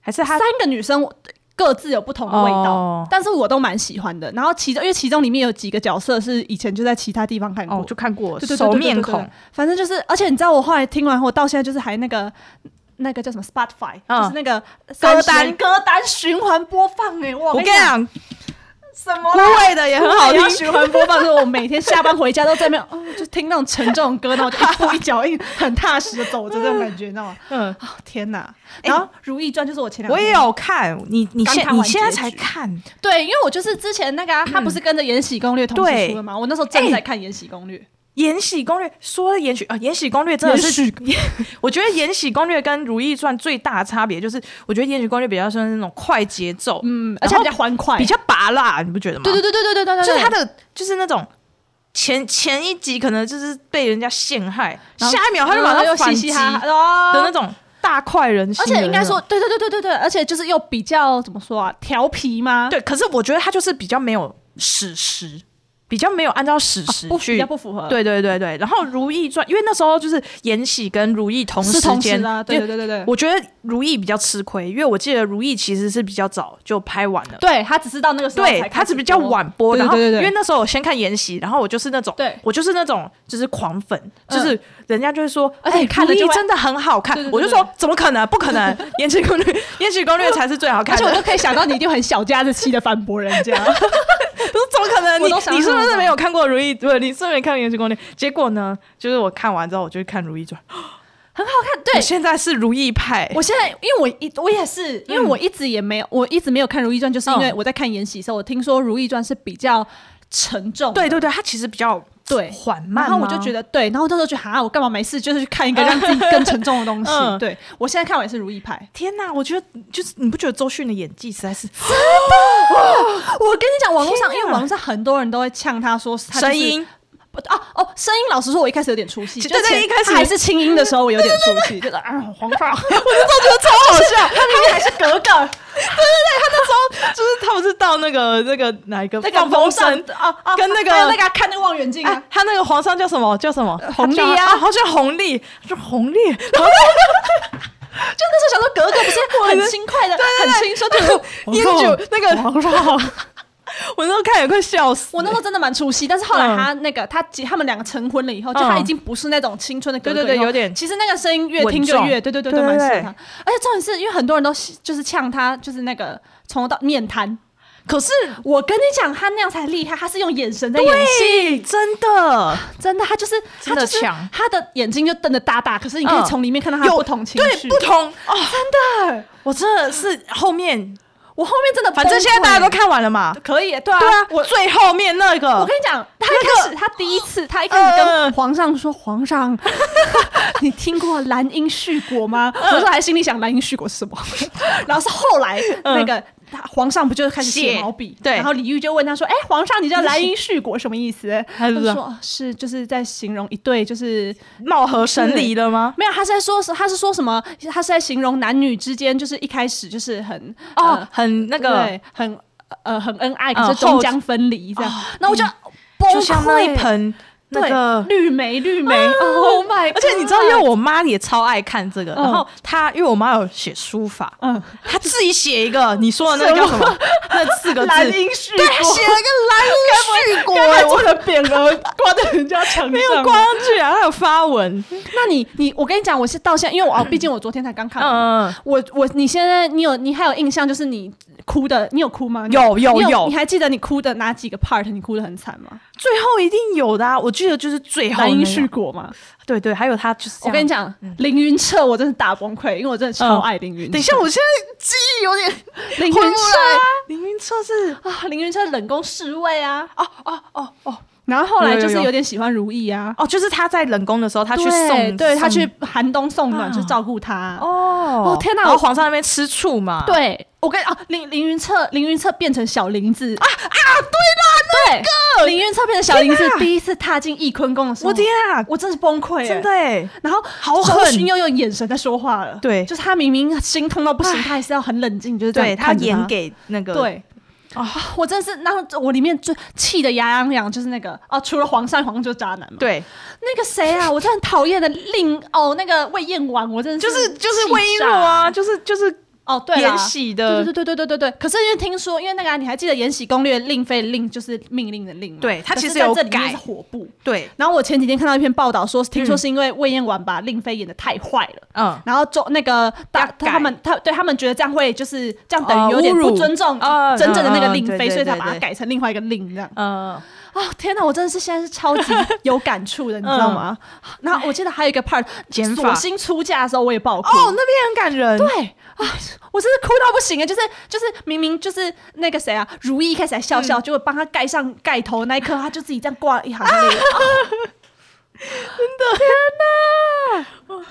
A: 还是他
B: 三个女生各自有不同的味道。
A: 哦
B: 但是我都蛮喜欢的，然后其中因为其中里面有几个角色是以前就在其他地方看过，
A: 哦，就看过
B: 对对对对
A: 熟
B: 对
A: 面
B: 对对
A: 孔，
B: 反正就是，而且你知道，我后来听完后，我到现在就是还那个那个叫什么 Spotify，、
A: 嗯
B: 就是那个
A: 歌单
B: 30歌单循环播放哎、欸，哇
A: 我
B: 我
A: 跟
B: 跟
A: 你
B: 你讲，
A: 讲，
B: 什么
A: 枯
B: 啦
A: 萎的也很好
B: 我也要
A: 听，
B: 循环播放，就是我每天下班回家都在那边，哦，就听那种沉重的歌，然后我就一步一脚印，很踏实的走着，这种感觉，你知道吗？
A: 嗯，
B: 哦，天哪！然后《如懿传》就是我前两
A: 我
B: 天
A: 也有看，你你
B: 嗯刚
A: 现
B: 看
A: 你
B: 完
A: 现在
B: 结
A: 才
B: 局
A: 看，
B: 对，因为我就是之前那个、啊，他不是跟着《延禧攻略》同
A: 对
B: 时出的吗？我那时候正
A: 哎
B: 在看《延禧攻略》
A: 《延禧攻略》说《延禧》啊，《延禧攻略》真的是， 我觉得《延禧攻略》跟《如懿传》最大的差别就是，我觉得《延禧攻略》比较像是那种快节奏，
B: 嗯，而且比较欢快，
A: 比较拔辣，你不觉得吗？
B: 对对对对对对对对，
A: 就是
B: 对
A: 他的就是那种前前一集可能就是被人家陷害，
B: 然后嗯
A: 下一秒他就马
B: 然后
A: 上
B: 又
A: 反
B: 嘻
A: 击
B: 嘻哈哈
A: 的
B: 哦
A: 那种大快人心
B: 而
A: 的那种。
B: 且应该说，对对对对对对，而且就是又比较怎么说啊，调皮吗？
A: 对，可是我觉得他就是比较没有史实，比较没有按照史实
B: 啊哦不比
A: 去
B: 较。不呃符合。，
A: 对对对对，然后《如懿传》，因为那时候就是延禧跟如懿同
B: 是
A: 时
B: 同时
A: 间
B: 的啊，对对对对对。
A: 我觉得如懿比较吃亏，因为我记得如懿其实是比较早就拍完了，
B: 对他只是到那个时候才
A: 对，
B: 开始
A: 她是比较
B: 播
A: 晚播，
B: 对
A: 然
B: 对
A: 后
B: 对
A: 因
B: 对对
A: 为那时候我先看延禧，然后我就是那种，
B: 对
A: 我就是那种就是狂粉，就
B: 嗯
A: 是人家就会说，
B: 而且
A: 哎
B: 看了
A: 如
B: 就
A: 懿
B: 会
A: 真的很好看
B: 对对，对
A: 我就说怎么可能，不可 能，延禧攻略，延禧攻略才是最好
B: 而
A: 看
B: 且
A: 的，
B: 我都可以想到你一定很小家子气的反驳人家，
A: 我说怎么可能？
B: 我都
A: 你
B: 想
A: 你是不
B: 象
A: 是
B: 到
A: 没有看过《如懿》？对，你是不是没看过《延禧攻略》？结果呢，就是我看完之后，我就去看《如懿传》。我
B: 对。
A: 现在是如懿派，
B: 我现在，因为我一我也是，因为我一直也没有，我一直没有看《如懿传》，就是因为
A: 嗯
B: 我在看《延禧》的时候，我听说《如懿传》是比较沉重的，
A: 对对对，它其实比较
B: 对，
A: 缓慢
B: 然
A: 吗，
B: 后我就觉得对，然后那时候就哈，我干嘛没事就是去看一个让自己更沉重的东西？
A: 嗯
B: 对我现在看完是《如懿派》，
A: 天哪，我觉得就是你不觉得周迅的演技实在 是
B: 我跟你讲，网络上
A: 天啊
B: 因为网络上很多人都会呛他说他就是
A: 声音
B: 不啊哦，声音老实说，我一开始有点出戏，
A: 对
B: 就是
A: 对
B: 前
A: 一开始
B: 他还是轻音的时候，我有点出戏，
A: 呃
B: 就是 啊，皇上，
A: 我觉得超好笑。
B: 他明明还是格格，
A: 就是他不是到那个那个哪一个
B: 那个
A: 放风
B: 扇
A: 筝，
B: 啊啊，
A: 跟那个
B: 还有那个啊看那个望远 镜啊
A: 哎，，他那个皇上叫什么？叫什么？
B: 弘历啊
A: 他叫好像红历，是 红历。然后
B: 就那时候想说格格 不是很轻快的，很轻声， 就是哦
A: 烟酒那个 皇上，我那时候看也快笑死。
B: 我那时候真的蛮出戏，但是后来他那个、他结他们两个成婚了以后，就
A: 嗯
B: 他已经不是那种青春的格格以后，
A: 对对对有点
B: 其实那个声音越听就
A: 稳重
B: 越对对对
A: 对
B: 对，蛮适合
A: 对
B: 他。而且重点是因为很多人都喜就是呛他，就是那个从头到面瘫。可是我跟你讲，他那样才厉害，他是用眼神在演戏，
A: 对，真的
B: 真的，他就是他
A: 真的
B: 就是
A: 强
B: 他的眼睛就瞪得大大，可是你可以
A: 嗯
B: 从里面看到他的不同情绪。
A: 对不同哦，
B: 真的，
A: 我真的是后面，
B: 我后面真的崩溃，
A: 反正现在大家都看完了嘛。
B: 可以，对啊，
A: 对啊，我最后面那
B: 我
A: 个
B: 跟，你讲，他一开始，他第一次，他一开始跟
A: 嗯
B: 皇上说：“ 皇上，你听过兰因絮果吗？”我说还心里想兰因絮果是 什么，然后是后来
A: 嗯
B: 那个。他皇上不就开始写
A: 写
B: 毛笔？
A: 对
B: 然后李煜就问他说：“哎，皇上，你知道兰因絮果什么意思？”
A: 他
B: 他
A: 就
B: 就
A: 说
B: 说哦：“是，就是在形容一对，就是
A: 貌合神离了吗？
B: 没有，他是在说，他是说什么？他是在形容男女之间，就是一开始就是很
A: 哦
B: 呃，
A: 很那个，
B: 对很呃很恩爱，
A: 嗯
B: 可是终
A: 后
B: 将分离这样
A: 哦。
B: 那我就崩
A: 就像那
B: 溃
A: 一盆那个
B: 对，绿莓绿莓、o h my！
A: 而且你知道，因为我妈也超爱看这个，
B: 嗯
A: 然后她因为我妈有写书法，
B: 嗯，
A: 她自己写一个，你说的那个叫什么？那四个字，
B: 蓝因絮
A: 对，她
B: 果，
A: 写了 一个蓝因絮果，
B: 该
A: 哎
B: 不
A: 我
B: 会做成匾额 挂在人家墙上，
A: 没有挂。上去啊，她有发文，
B: 那你你我跟你讲，我是到现在，因为我哦，毕竟我昨天才刚看完。
A: 嗯，
B: 我我你现在你有你还有印象就是你哭的，你有哭吗？你
A: 有有
B: 你有
A: 有
B: 你还记得你哭的哪几个 part？你哭的很惨吗？
A: 最后一定有的啊，我记得就是最后
B: 蓝因
A: 那
B: 絮
A: 个，
B: 果吗？
A: 对对，还有她就是这
B: 我
A: 样
B: 跟你。讲，凌云彻我真是大崩溃，因为我真的超爱凌云彻。啊
A: 等一下，我现在记忆有点
B: 凌云
A: 回不
B: 彻
A: 来。凌云彻是
B: 啊，凌云彻冷宫侍卫啊，哦哦哦哦，然后后来
A: 有有
B: 就是
A: 有
B: 有点喜欢如意啊，
A: 哦，就是他在冷宫的时候，他去
B: 对
A: 送，
B: 对他
A: 送
B: 去寒冬送暖，
A: 啊
B: 去照顾他。
A: 哦
B: 哦天哪
A: 然后
B: 我
A: 皇上那边吃醋嘛，
B: 对，我跟
A: 哦
B: 啊凌凌云彻，凌云彻变成小林子啊啊，对啦，对，凌云彻变成小林子
A: 天，哪
B: 第一次踏进翊坤宫的时候，
A: 我天啊，
B: 我真是崩溃，
A: 真的。哎，
B: 然后好
A: 狠
B: 又用眼神在说话了。
A: 对
B: 就是他明明心痛到不行，
A: 唉
B: 他还是要很冷静，就是这样
A: 对他
B: 看着
A: 演给那个
B: 对。啊、我真的是，然后我里面最气得牙痒痒，就是那个哦、除了皇上，皇上就是渣男嘛。
A: 对，
B: 那个谁啊，我真的很讨厌的令哦，那个魏燕婉，我真的
A: 就是就是
B: 气
A: 魏璎珞
B: 炸
A: 啊，就是就是
B: 哦，对啦
A: 延禧
B: 对
A: 的，
B: 对对对对对对。可是因为听说，因为那个啊、你还记得《延禧攻略》令妃的令就是命令的令嘛？
A: 对它
B: 可
A: 其
B: 是
A: 实
B: 在
A: 有
B: 这里面
A: 改嗯
B: 是火部。
A: 对，
B: 然后我前几天看到一篇报道说，听说是因为魏燕婉把令妃演的太坏了。
A: 嗯，
B: 然后中那个大
A: 要改
B: 他们他对他们觉得这样会就是这样等
A: 呃
B: 于有点
A: 侮辱
B: 不尊重
A: 呃
B: 真正的那个令
A: 嗯嗯嗯
B: 妃，
A: 对对
B: 所以才
A: 对
B: 把它
A: 对
B: 改成另外一个令这样。
A: 呃，
B: 哦天哪，我真的是现在是超级有感触的，你知道吗？然后我记得还有一个 part，
A: 减法
B: 索性嗯出嫁的时候我也爆哭。
A: 哦，那边很感人，
B: 对啊，我真是哭到不行啊！就是就是明明就是那个谁啊，如意一开始还笑笑，结果帮他盖上盖头那一刻，他就自己这样挂了一行泪。 真的，天哪！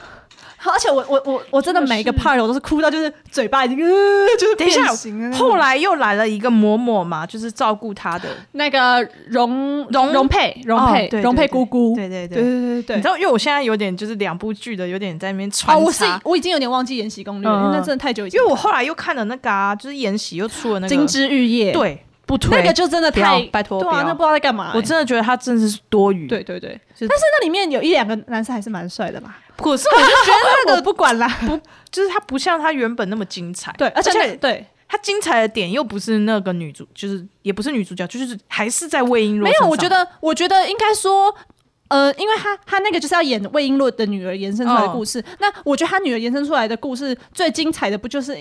B: 而且我我我我真的每一个 part 我都是哭到就是嘴巴已经呃就是
A: 等一下
B: 变形了那，种
A: 后来又来了一个嬷嬷嘛，就是照顾她 的，
B: 那个容
A: 容
B: 容佩容
A: 哦
B: 佩
A: 对
B: 容
A: 对
B: 佩
A: 对
B: 姑姑，
A: 对对
B: 对
A: 对。
B: 对对对
A: 你知。道，因为我现在有点就是两部剧的，有点在那边穿
B: 哦，
A: 插。
B: 我是我已经有点忘记《延禧攻略》了，因为那
A: 嗯
B: 真的太久以前
A: 因
B: 看
A: 为
B: 了，
A: 我后来又看了那个啊，就是延禧又出了那个
B: 金枝玉叶，，
A: 对，不推
B: 那个就真的
A: 不要
B: 太
A: 拜托
B: 对
A: 不
B: 啊，
A: 要
B: 那不知道在干嘛欸。嗯
A: 我真的觉得他真的是多余。，
B: 对对对，
A: 是
B: 但是那里面有一两个男生还是蛮帅 的嘛，
A: 可是我就觉得那
B: 我
A: 个
B: 不管啦。
A: 就是他不像他原本那么精彩。
B: 对，而且那对
A: 他精彩的点又不是那个女主，就是也不是女主角，就是还是在魏璎珞。
B: 没有，我觉，得我觉得应该说。呃，因为他他那个就是要演魏璎珞的女儿延伸出来的故事。那我觉得他女儿延伸出来的故事最精彩的不就是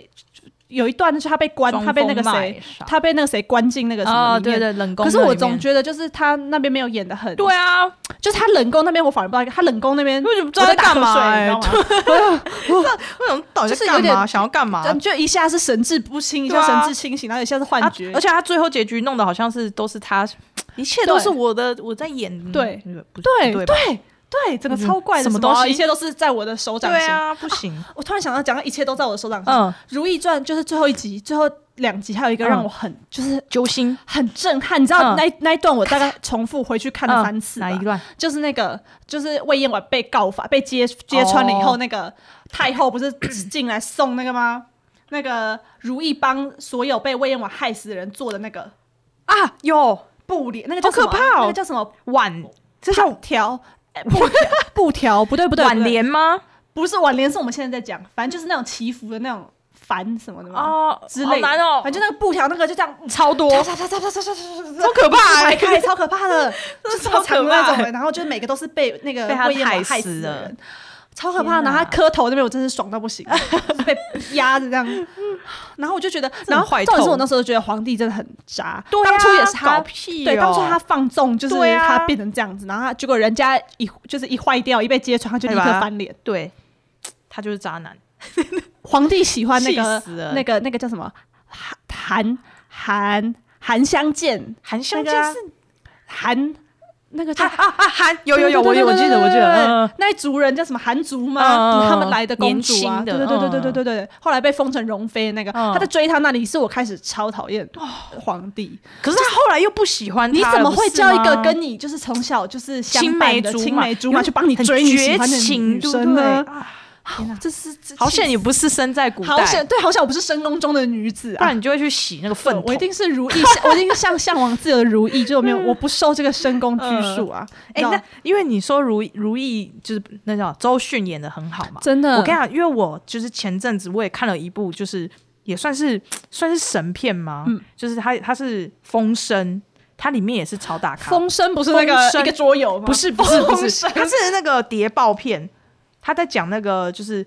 B: 有一段，就是他被关，他被那个谁，，他被那个谁关进那个什么
A: 哦，
B: 里
A: 对
B: 面。
A: 对，冷宫
B: 可
A: 那里面。
B: 是我总觉得就是他那边没有演的很，
A: 对，啊，我
B: 就是他冷宫那边我反而不知道，他冷宫那边
A: 也不知道
B: 我
A: 在
B: 在打
A: 干
B: 瞌
A: 嘛
B: 睡，
A: 欸
B: 你知道吗？
A: 为什么到底
B: 就是
A: 在
B: 有
A: 干
B: 点
A: 嘛？想要干嘛？
B: 就就一下是神志不清，一下
A: 啊对啊
B: 神志清醒，然后一下是幻
A: 啊
B: 觉，
A: 而且他最后结局弄得好像是都是他，一切都是我的，我在演。
B: 对
A: 嗯，不
B: 对
A: 对吧
B: 对对，整个
A: 嗯
B: 超怪的，
A: 什么
B: 么啊
A: 东西
B: 一切都是在我的手掌
A: 对
B: 心。
A: 啊，不行。
B: 我突然想到，讲到一切都在我的手掌心，
A: 嗯，
B: 如懿传》就是最后一集，最后两集，还有一个让我很、就是
A: 揪心
B: 很震撼，你知道
A: 嗯
B: 那、那一段我大概重复回去看了三次吧、
A: 哪一段？
B: 就是那个，就是魏延婉被告发、被揭揭穿了以后，那个太后不是进来送那个吗？那个如意帮所有被魏延婉害死的人做的那个
A: 啊？有
B: 布帘，那个叫
A: 好
B: 什
A: 可
B: 么啊？
A: 怕哦
B: 那个叫什么？
A: 碗，这叫
B: 条？哎布条？布条？不对，不对，
A: 碗
B: 不对
A: 帘吗？
B: 不是挽联，是我们现在在讲，反正就是那种祈福的那种幡什么的嘛，
A: 哦，
B: 之类的。
A: 好难哦
B: 反，正那个布条那个就这样，
A: 超多，
B: 啪啪啪啪啪啪啪啪啪
A: 超可怕
B: 排
A: 欸，
B: 开，超可怕 的，就超长的那种欸人，然后就是每个都是被那个
A: 被他
B: 魏延王
A: 害
B: 害
A: 死
B: 死
A: 了
B: 的人，超可怕的。
A: 天哪
B: 然后他磕头那边，我真是爽到不 行，就是被压着这样。然后我就觉得，然后
A: 坏
B: 重点是
A: 透
B: 我那时候觉得皇帝真的很渣，
A: 对啊
B: 当初也是他
A: 搞屁哦
B: 对，当初他放纵就是
A: 对啊
B: 他变成这样子，然后他结果人家一就是一坏掉，一被揭穿，他就立刻
A: 对吧
B: 翻脸。
A: 对，他就是渣男，
B: 皇帝喜欢那个
A: 气死了
B: 那个那个叫什么韩韩韩相见，
A: 韩香
B: 那
A: 就
B: 个啊
A: 是
B: 韩那个叫
A: 啊啊韩有有
B: 对
A: 有，我
B: 对对
A: 我
B: 对
A: 记
B: 对
A: 得我记
B: 对对
A: 得，嗯
B: 那一族人叫什么韩族
A: 嗯嗯
B: 吗？
A: 嗯
B: 他们来的公主啊，
A: 年轻
B: 对
A: 的
B: 对对对对
A: 嗯
B: 对对对，后来被封成容妃的那个，
A: 嗯
B: 他在追她那里，是我开始超讨厌皇帝。
A: 可是他后来又不喜欢
B: 你
A: 他
B: 怎么
A: 了
B: 会
A: 不是
B: 叫一个
A: 吗
B: 跟你就是从小就是相
A: 青
B: 伴
A: 梅
B: 的
A: 竹
B: 青
A: 马
B: 梅竹
A: 有
B: 马去帮你
A: 很
B: 追你喜
A: 绝
B: 欢的
A: 情
B: 女
A: 对不
B: 生
A: 对？
B: 呢？
A: 啊
B: 这是这
A: 好险你不是生在古代，
B: 好险，对，好险我不是深宫中的女子
A: 不
B: 啊
A: 然！你就会去洗那个
B: 对
A: 粪
B: 我
A: 桶
B: 一。定是 如意，我一定向向往自由的如意，就没有我不受这个深宫拘束啊！
A: 哎、
B: 你知道
A: 那因为你说如如意就是那叫周迅演的很好嘛，
B: 真的，
A: 我跟你讲，因为我就是前阵子我也看了一部，就是也算是算是神片吗？
B: 嗯
A: 就是它它是《风声》，它里面也是超大咖，
B: 风声不是那
A: 风
B: 个
A: 声
B: 一个桌游吗？
A: 不是不是不
B: 风
A: 是，
B: 声
A: 它是那个谍报片，他在讲那个就是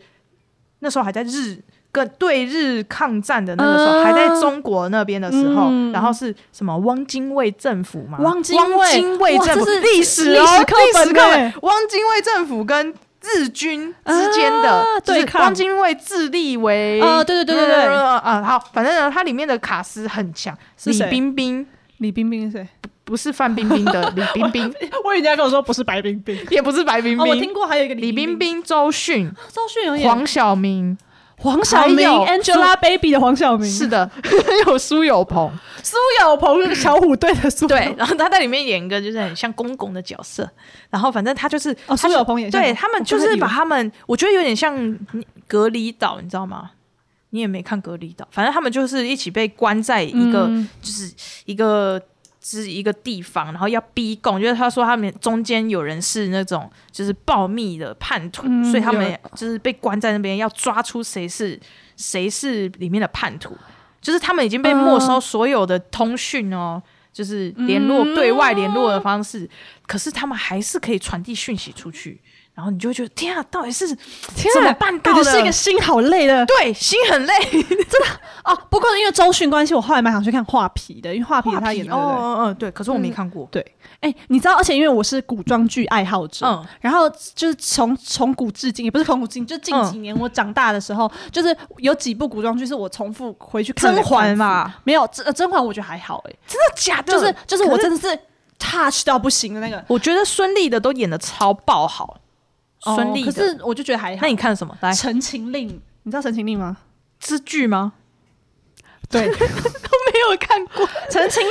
A: 那时候还在日跟对日抗战的那个时候，
B: 啊
A: 还在中国那边的时候，
B: 嗯
A: 然后是什么汪精卫政府嘛？
B: 汪精
A: 精
B: 卫
A: 卫
B: 哇
A: 政府
B: 这是
A: 历史
B: 历
A: 哦，
B: 史课本
A: 历史课
B: 欸
A: 汪精卫政府跟日军之间的、
B: 啊
A: 就是
B: 对抗
A: 汪精卫自立为
B: 啊对对对对对
A: 啊、好，反正呢，它里面的卡斯很强，
B: 是
A: 李
B: 谁
A: 冰冰
B: 李冰冰是谁？
A: 不是范冰冰 的李冰冰，
B: 我以为你要跟我说不是白冰冰。
A: 也不是白冰
B: 哦，
A: 冰，
B: 我听过还有一个
A: 李
B: 冰
A: 冰，冰、周迅、
B: 周迅有演
A: 黄晓明，
B: 黄晓明
A: 还有
B: ，Angelababy 的黄晓明，
A: 是的， 有苏有朋，
B: 苏有朋小虎队的苏有
A: 对，，然后他在里面演一个就是很像公公的角色，然后反正他就是，
B: 哦，苏有朋也
A: 对他们就是把
B: 他
A: 他们，我觉得有点像隔离岛，你知道吗？你也没看隔离岛，反正他们就是一起被关在一个、
B: 嗯
A: 就是一个是一个地方，然后要逼供，就是他说他们中间有人是那种就是暴密的叛徒，
B: 嗯
A: 所以他
B: 有
A: 们
B: 人
A: 就是被关在那边，要抓出谁是谁是里面的叛徒，就是他们已经被没收所有的通讯哦。就是联络
B: 嗯
A: 对外联络的方式，可是他们还是可以传递讯息出去，然后你就会觉得天啊，到底是
B: 天
A: 怎么
B: 啊，
A: 办到的？
B: 感觉是一个心好累的
A: 对心很累，
B: 哦。不过因为周迅关系，我后来蛮想去看画皮的，因为画皮是他演的。
A: 哦
B: 对不对
A: 哦哦，对，可是我没看过，
B: 对，哎、你知道，而且因为我是古装剧爱好者，
A: 嗯
B: 然后就是从从古至今，也不是从古至今，就近几
A: 嗯
B: 年我长大的时候，就是有几部古装剧是我重复回去看。
A: 甄嬛嘛，嗯
B: 没有甄呃甄嬛，我觉得还好、哎，
A: 真的假的？
B: 就是就是
A: 可
B: 我真的是 touch 到不行的那个。
A: 我觉得孙俪的都演的超爆好，孙俪、
B: 哦
A: 的。
B: 可是我就觉得还好。
A: 那你看什么？来
B: 《陈情令》，你知道《陈情令》吗？
A: 知剧吗？
B: 对，《
A: 没有看过《
B: 陈 情令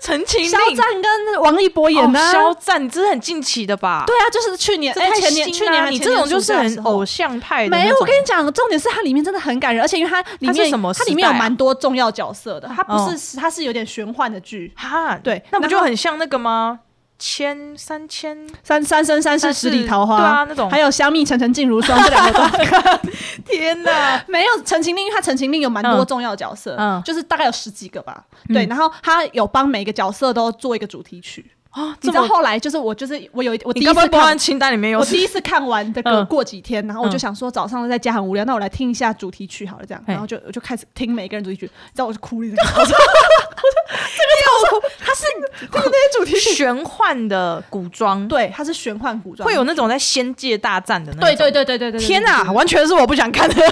A: 陈情》
B: 肖
A: 令，
B: 战跟王一博演的啊、
A: 哦肖战，你这是很近期的吧？
B: 对啊，就是去年，
A: 这
B: 哎、
A: 太新啦，
B: 前年，去年还
A: 你
B: 前
A: 这
B: 年
A: 种就
B: 暑
A: 是
B: 假的
A: 很
B: 时候
A: 偶像派的那种。
B: 没有，我跟你讲，重点是它里面真的很感人，而且因为它里
A: 它是
B: 面
A: 什么
B: 它
A: 时
B: 里面
A: 代
B: 有
A: 啊
B: 蛮多重要角色的，它不
A: 哦
B: 是、它是有点玄幻的剧。
A: 哈，
B: 对
A: 那不
B: 然
A: 就
B: 后
A: 很像那个吗？千三千，
B: 三三生三世
A: 但是
B: 十里桃花，
A: 对啊那种
B: 还有香蜜沉沉烬如霜这 两个都
A: 天哪！
B: 没有《陈情令》，因为它《陈情令》有蛮多
A: 嗯
B: 重要角色，
A: 嗯
B: 就是大概有十几个吧。对，然后它有帮每个角色都做一个主题曲。
A: 啊，这
B: 你知道
A: 么
B: 后来就是我就是我有一我第
A: 你
B: 一
A: 该
B: 次
A: 不会报
B: 看
A: 案清单里面有
B: 我？第一次看完的歌
A: 嗯
B: 过几天，然后我就
A: 嗯
B: 想说早上在家很无聊，那我来听一下主题曲好了，这样，
A: 嘿
B: 然后就我就开始听每个人主题曲，你知 道我就哭了一整个，
A: 它是那些主题玄幻的古装，
B: 对，它是玄幻古装，
A: 会有那种在仙界大战的那种。
B: 对对对对对对，对
A: 天
B: 对
A: 哪，完全是我不想看的。
B: 对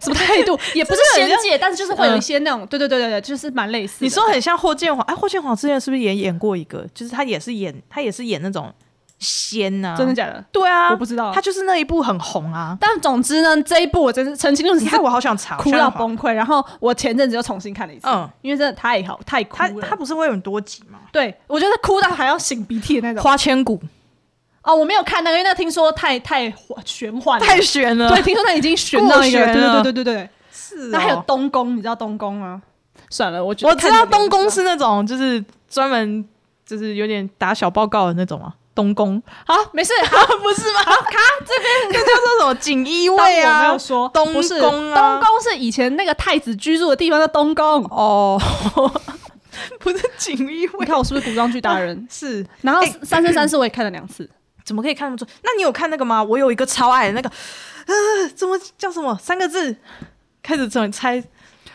B: 什么态 度也不是
A: 真的很
B: 仙
A: 像
B: 界，但是就是会有一些那种，对对对对对，就是蛮类似的。
A: 你说很像霍建华，哎，霍建华之前是不是也演过一个？就是他也是演，他也是演那种仙呐、
B: 真的假的？
A: 对啊，
B: 我不知道
A: 他就是那一部很红啊。
B: 但总之呢，这一部我真是澄清就是
A: 你看我好想查，
B: 哭
A: 我现在
B: 到
A: 好
B: 崩溃。然后我前阵子又重新看了一次，
A: 嗯，
B: 因为真的太好太哭
A: 他
B: 了。
A: 他不是会有很多集吗？
B: 对我觉得哭到还要擤鼻涕的那种。
A: 花千骨
B: 哦，我没有看那个，因为那听说太太玄幻了，
A: 太悬了，
B: 对，，听说那已经玄到一个，
A: 过悬
B: 对对
A: 了
B: 对对对对。
A: 是、哦。
B: 那还有东宫，你知道东宫吗？算了，我觉得
A: 我知道东宫是那种就是专门就是有点打小报告的那种啊，东宫
B: 好，没事，好不是吗？好，卡这
A: 那叫做什么锦衣
B: 当
A: 卫
B: 我没
A: 啊
B: 有，说
A: 东
B: 不是
A: 宫啊
B: 东宫是以前那个太子居住的地方叫东宫。
A: 哦， 不是锦衣
B: 你
A: 卫，？
B: 看我是不是古装剧达人
A: 是
B: 然后
A: 哎
B: 《三生三世》我也看了两次，
A: 怎么可以看那么准？那你有看那个吗？我有一个超爱的那个，呃，怎么叫什么三个字？开始怎么猜《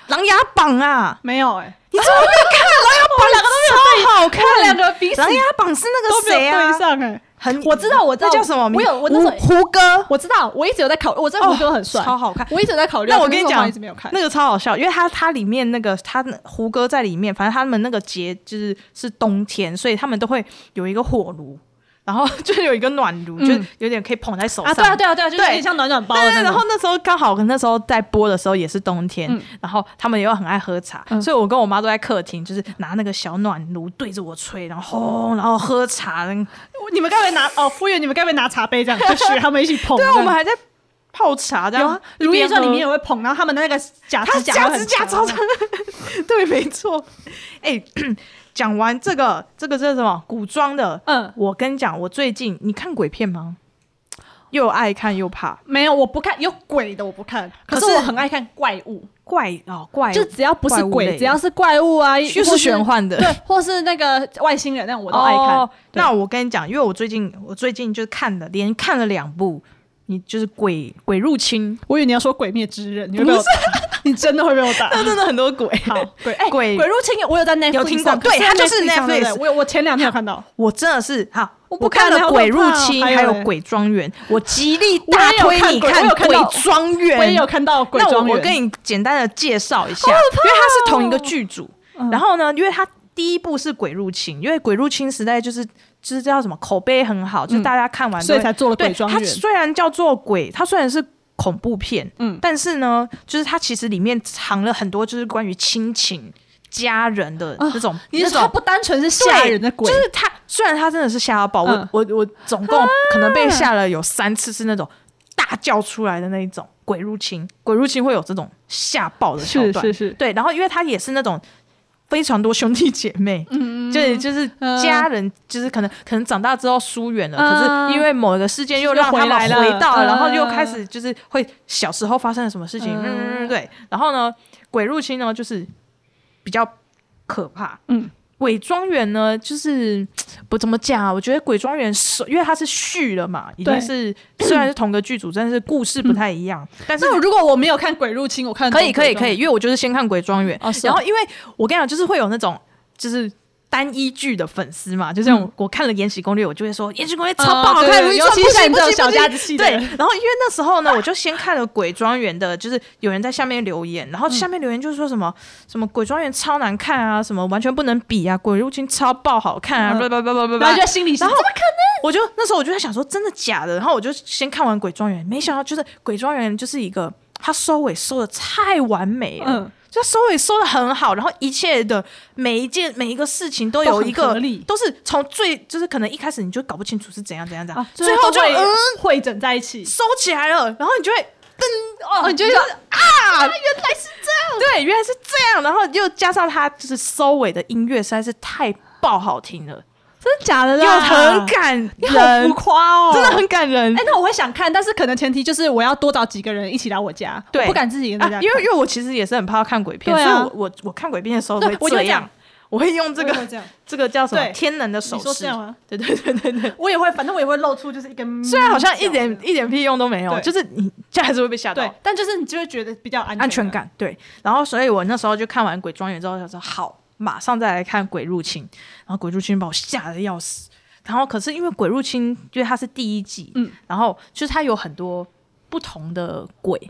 A: 琅琊榜》啊？
B: 没有哎，
A: 你怎么没有看《琅 琊榜》？两个都没有，超好看。
B: 他两个彼此
A: 琅琊榜》是那
B: 都
A: 个
B: 没有
A: 谁啊
B: 对？上哎。
A: 很
B: 我知道我知道
A: 那叫什么名？
B: 我有我那时候
A: 胡胡歌，
B: 我知道，我一直有在考，我真的胡歌很帅，
A: 哦超好看
B: 我一直有在考虑，
A: 那我跟你
B: 但是
A: 讲
B: 一直没有看。
A: 那个超好笑，因为他他里面那个他胡歌在里面，反正他们那个节就是是冬天，所以他们都会有一个火炉，然后 就有一个暖炉，
B: 嗯
A: 就有点可以捧在手上。
B: 啊，对啊，对啊，对啊，就是有
A: 对
B: 点像暖暖包
A: 对
B: 的
A: 对
B: 那
A: 对
B: 种。
A: 然后那时候刚好那时候在播的时候也是冬天，
B: 嗯
A: 然后他们又很爱喝茶，
B: 嗯
A: 所以我跟我妈都在客厅，就是拿那个小暖炉对着我吹，然后轰，然后喝茶。对
B: 你们该不会拿哦，服务员，你们该不会拿茶 杯这样，就学他们一起捧？
A: 啊，我们还在泡茶的、
B: 有
A: 啊
B: 《。如
A: 一
B: 懿
A: 边
B: 传》里
A: 喝
B: 面也会捧，然后他们的那个假
A: 他
B: 指甲
A: 假
B: 会
A: 指
B: 很
A: 甲超
B: 长啊
A: 长，对，没错。哎、 讲完这个，这个是什么？古装的。
B: 嗯，
A: 我跟你讲，我最近你看鬼片吗？又爱看又怕
B: 没有，我不看有鬼的，我不看。可
A: 可
B: 是
A: 是
B: 我很爱看怪物，
A: 怪哦，怪
B: 就只要不是
A: 怪物类
B: 鬼，
A: 的
B: 只要是怪物啊，
A: 就
B: 或
A: 是玄幻的，
B: 对，或是那个外星人那种，我
A: 我
B: 都爱看。对
A: 哦那我跟你讲，因为我最近我最近就看了，连看了两部，你就是鬼鬼入侵，
B: 我以为你要说《鬼灭之刃》，你会被我
A: 不
B: 打， 你 真的会被我打。
A: 那真的很多鬼。
B: 好，鬼 哎，
A: 鬼
B: 鬼入侵，我有在 Netflix
A: 有听过
B: 上看
A: 对
B: 在
A: 它就是
B: Netflix 上
A: Netflix
B: 对不对我有，我前两天有看到，
A: 我真的是好，我
B: 我不看
A: 看
B: 了
A: 了
B: 好
A: 《
B: 可
A: 鬼入
B: 怕哦
A: 侵》，
B: 还有
A: 还有
B: 嘞
A: 《鬼庄园》，我极力
B: 我
A: 大
B: 也有
A: 推
B: 看
A: 你
B: 鬼我有看
A: 鬼
B: 到
A: 庄园》。
B: 我也有看到《鬼
A: 那
B: 庄
A: 我
B: 园》。哦
A: 我跟你简单的介绍一下，因为它是同一个剧组。
B: 嗯
A: 然后呢，因为它第一部是《鬼入侵》，因为《鬼入侵》时代就是就是叫什么口碑很好，
B: 嗯
A: 就是大家看完都
B: 所
A: 会
B: 以才做了《
A: 对
B: 鬼庄
A: 它
B: 园》。
A: 虽然叫做鬼，它虽然是恐怖片，
B: 嗯
A: 嗯，但是呢，就是它其实里面藏了很多就是关于亲情、家人的
B: 啊
A: 那种、
B: 你是
A: 那
B: 说它
A: 种
B: 不单纯是吓
A: 对
B: 人的鬼
A: 就，是他，虽然他真的是吓到爆，
B: 嗯
A: 我我我总共可能被吓了有三次，是那种大叫出来的那一种鬼入侵， 鬼入侵会有这种吓爆的桥段，
B: 是，
A: 对。然后因为他也是那种非常多兄弟姐妹，
B: 嗯
A: 就是就是
B: 嗯
A: 家人，就是可能可能长大之后疏远了，
B: 嗯
A: 可是因为某一个事件又
B: 又
A: 让他们
B: 回来了
A: 回到，
B: 嗯
A: 然后又开始就是会小时候发生了什么事情，
B: 嗯
A: 嗯嗯嗯，对。然后呢，鬼入侵呢就是比较可怕，
B: 嗯。
A: 鬼庄园呢，就是不怎么讲啊。我觉得鬼庄园是，因为它是续了嘛，已
B: 对
A: 经是虽然是同个剧组，但是故事不太一样。但是
B: 那如果我没有看《鬼入侵》，我看
A: 可以可以可以，
B: 以。
A: 因为我就是先看鬼庄园，
B: 哦，是哦
A: 然后，因为我跟你讲，就是会有那种就是单一剧的粉丝嘛，就像我,、
B: 嗯我
A: 我看了《延禧攻略》，我就会说《延禧攻略》
B: 嗯
A: 超不好
B: 对
A: 看，
B: 对
A: 如懿
B: 尤
A: 传
B: 其
A: 不
B: 像
A: 行
B: 你
A: 不
B: 这种
A: 行
B: 小
A: 不
B: 家
A: 行
B: 子气的
A: 对，
B: 人
A: 然后因为那时候呢，我就先看了《鬼庄园》的，就是有人在下面留言，然后下面留言就是说什么、什么《鬼庄园》超难看啊，什么完全不能比啊，《鬼入侵》超爆好看啊，
B: 嗯
A: 叭叭叭叭叭
B: 然
A: 叭
B: 后就。在心里是
A: 然后我就那时候我就在想说，真的假的？然后我就先看完《鬼庄园》，没想到就是《鬼庄园》就是一个它收尾收的太完美了，
B: 嗯，
A: 就收尾收的很好，然后一切的每一件每一个事情都有一
B: 都很
A: 个
B: 合理
A: 都是从最就是可能一开始你就搞不清楚是怎样怎样怎样，
B: 啊
A: 最后就
B: 会
A: 嗯
B: 汇整在一起。
A: 收起来了，然后你就会
B: 哦，你就有
A: 啊，原来是这样，对，原来是这样，然后又加上它就是收尾的音乐实在是太爆好听了，
B: 真的假的
A: 又很感
B: 你好
A: 人
B: 浮，夸哦，
A: 真的。很感人
B: 哎，。那我会想看，但是可能前提就是我要多找几个人一起来我家，
A: 对
B: 我不敢自己跟大
A: 啊
B: 家看，
A: 因为因为我其实也是很怕看鬼片，
B: 对
A: 所以
B: 啊
A: 我我我看鬼片的时候
B: 对
A: 会
B: 我就
A: 这
B: 这样
A: 样，我会用这
B: 我也会
A: 个
B: 这样，
A: 这个叫什么
B: 对
A: 天能的手
B: 你说这
A: 势
B: 样，吗？
A: 对对对对对。
B: 我也会，反正我也会露出就是一根，
A: 虽然好像一点一点屁用都没有
B: 对，
A: 就是你这还是会被吓
B: 对
A: 到，，
B: 但就是你就会觉得比较安
A: 安全。感对。然后，所以我那时候就看完《鬼庄园》之后，想说好，马上再来看《鬼入侵》，然后《鬼入侵》把我吓得要死。然后，可是因为《鬼入侵》因为它是第一季，
B: 嗯
A: 嗯，然后就是它有很多不同的鬼，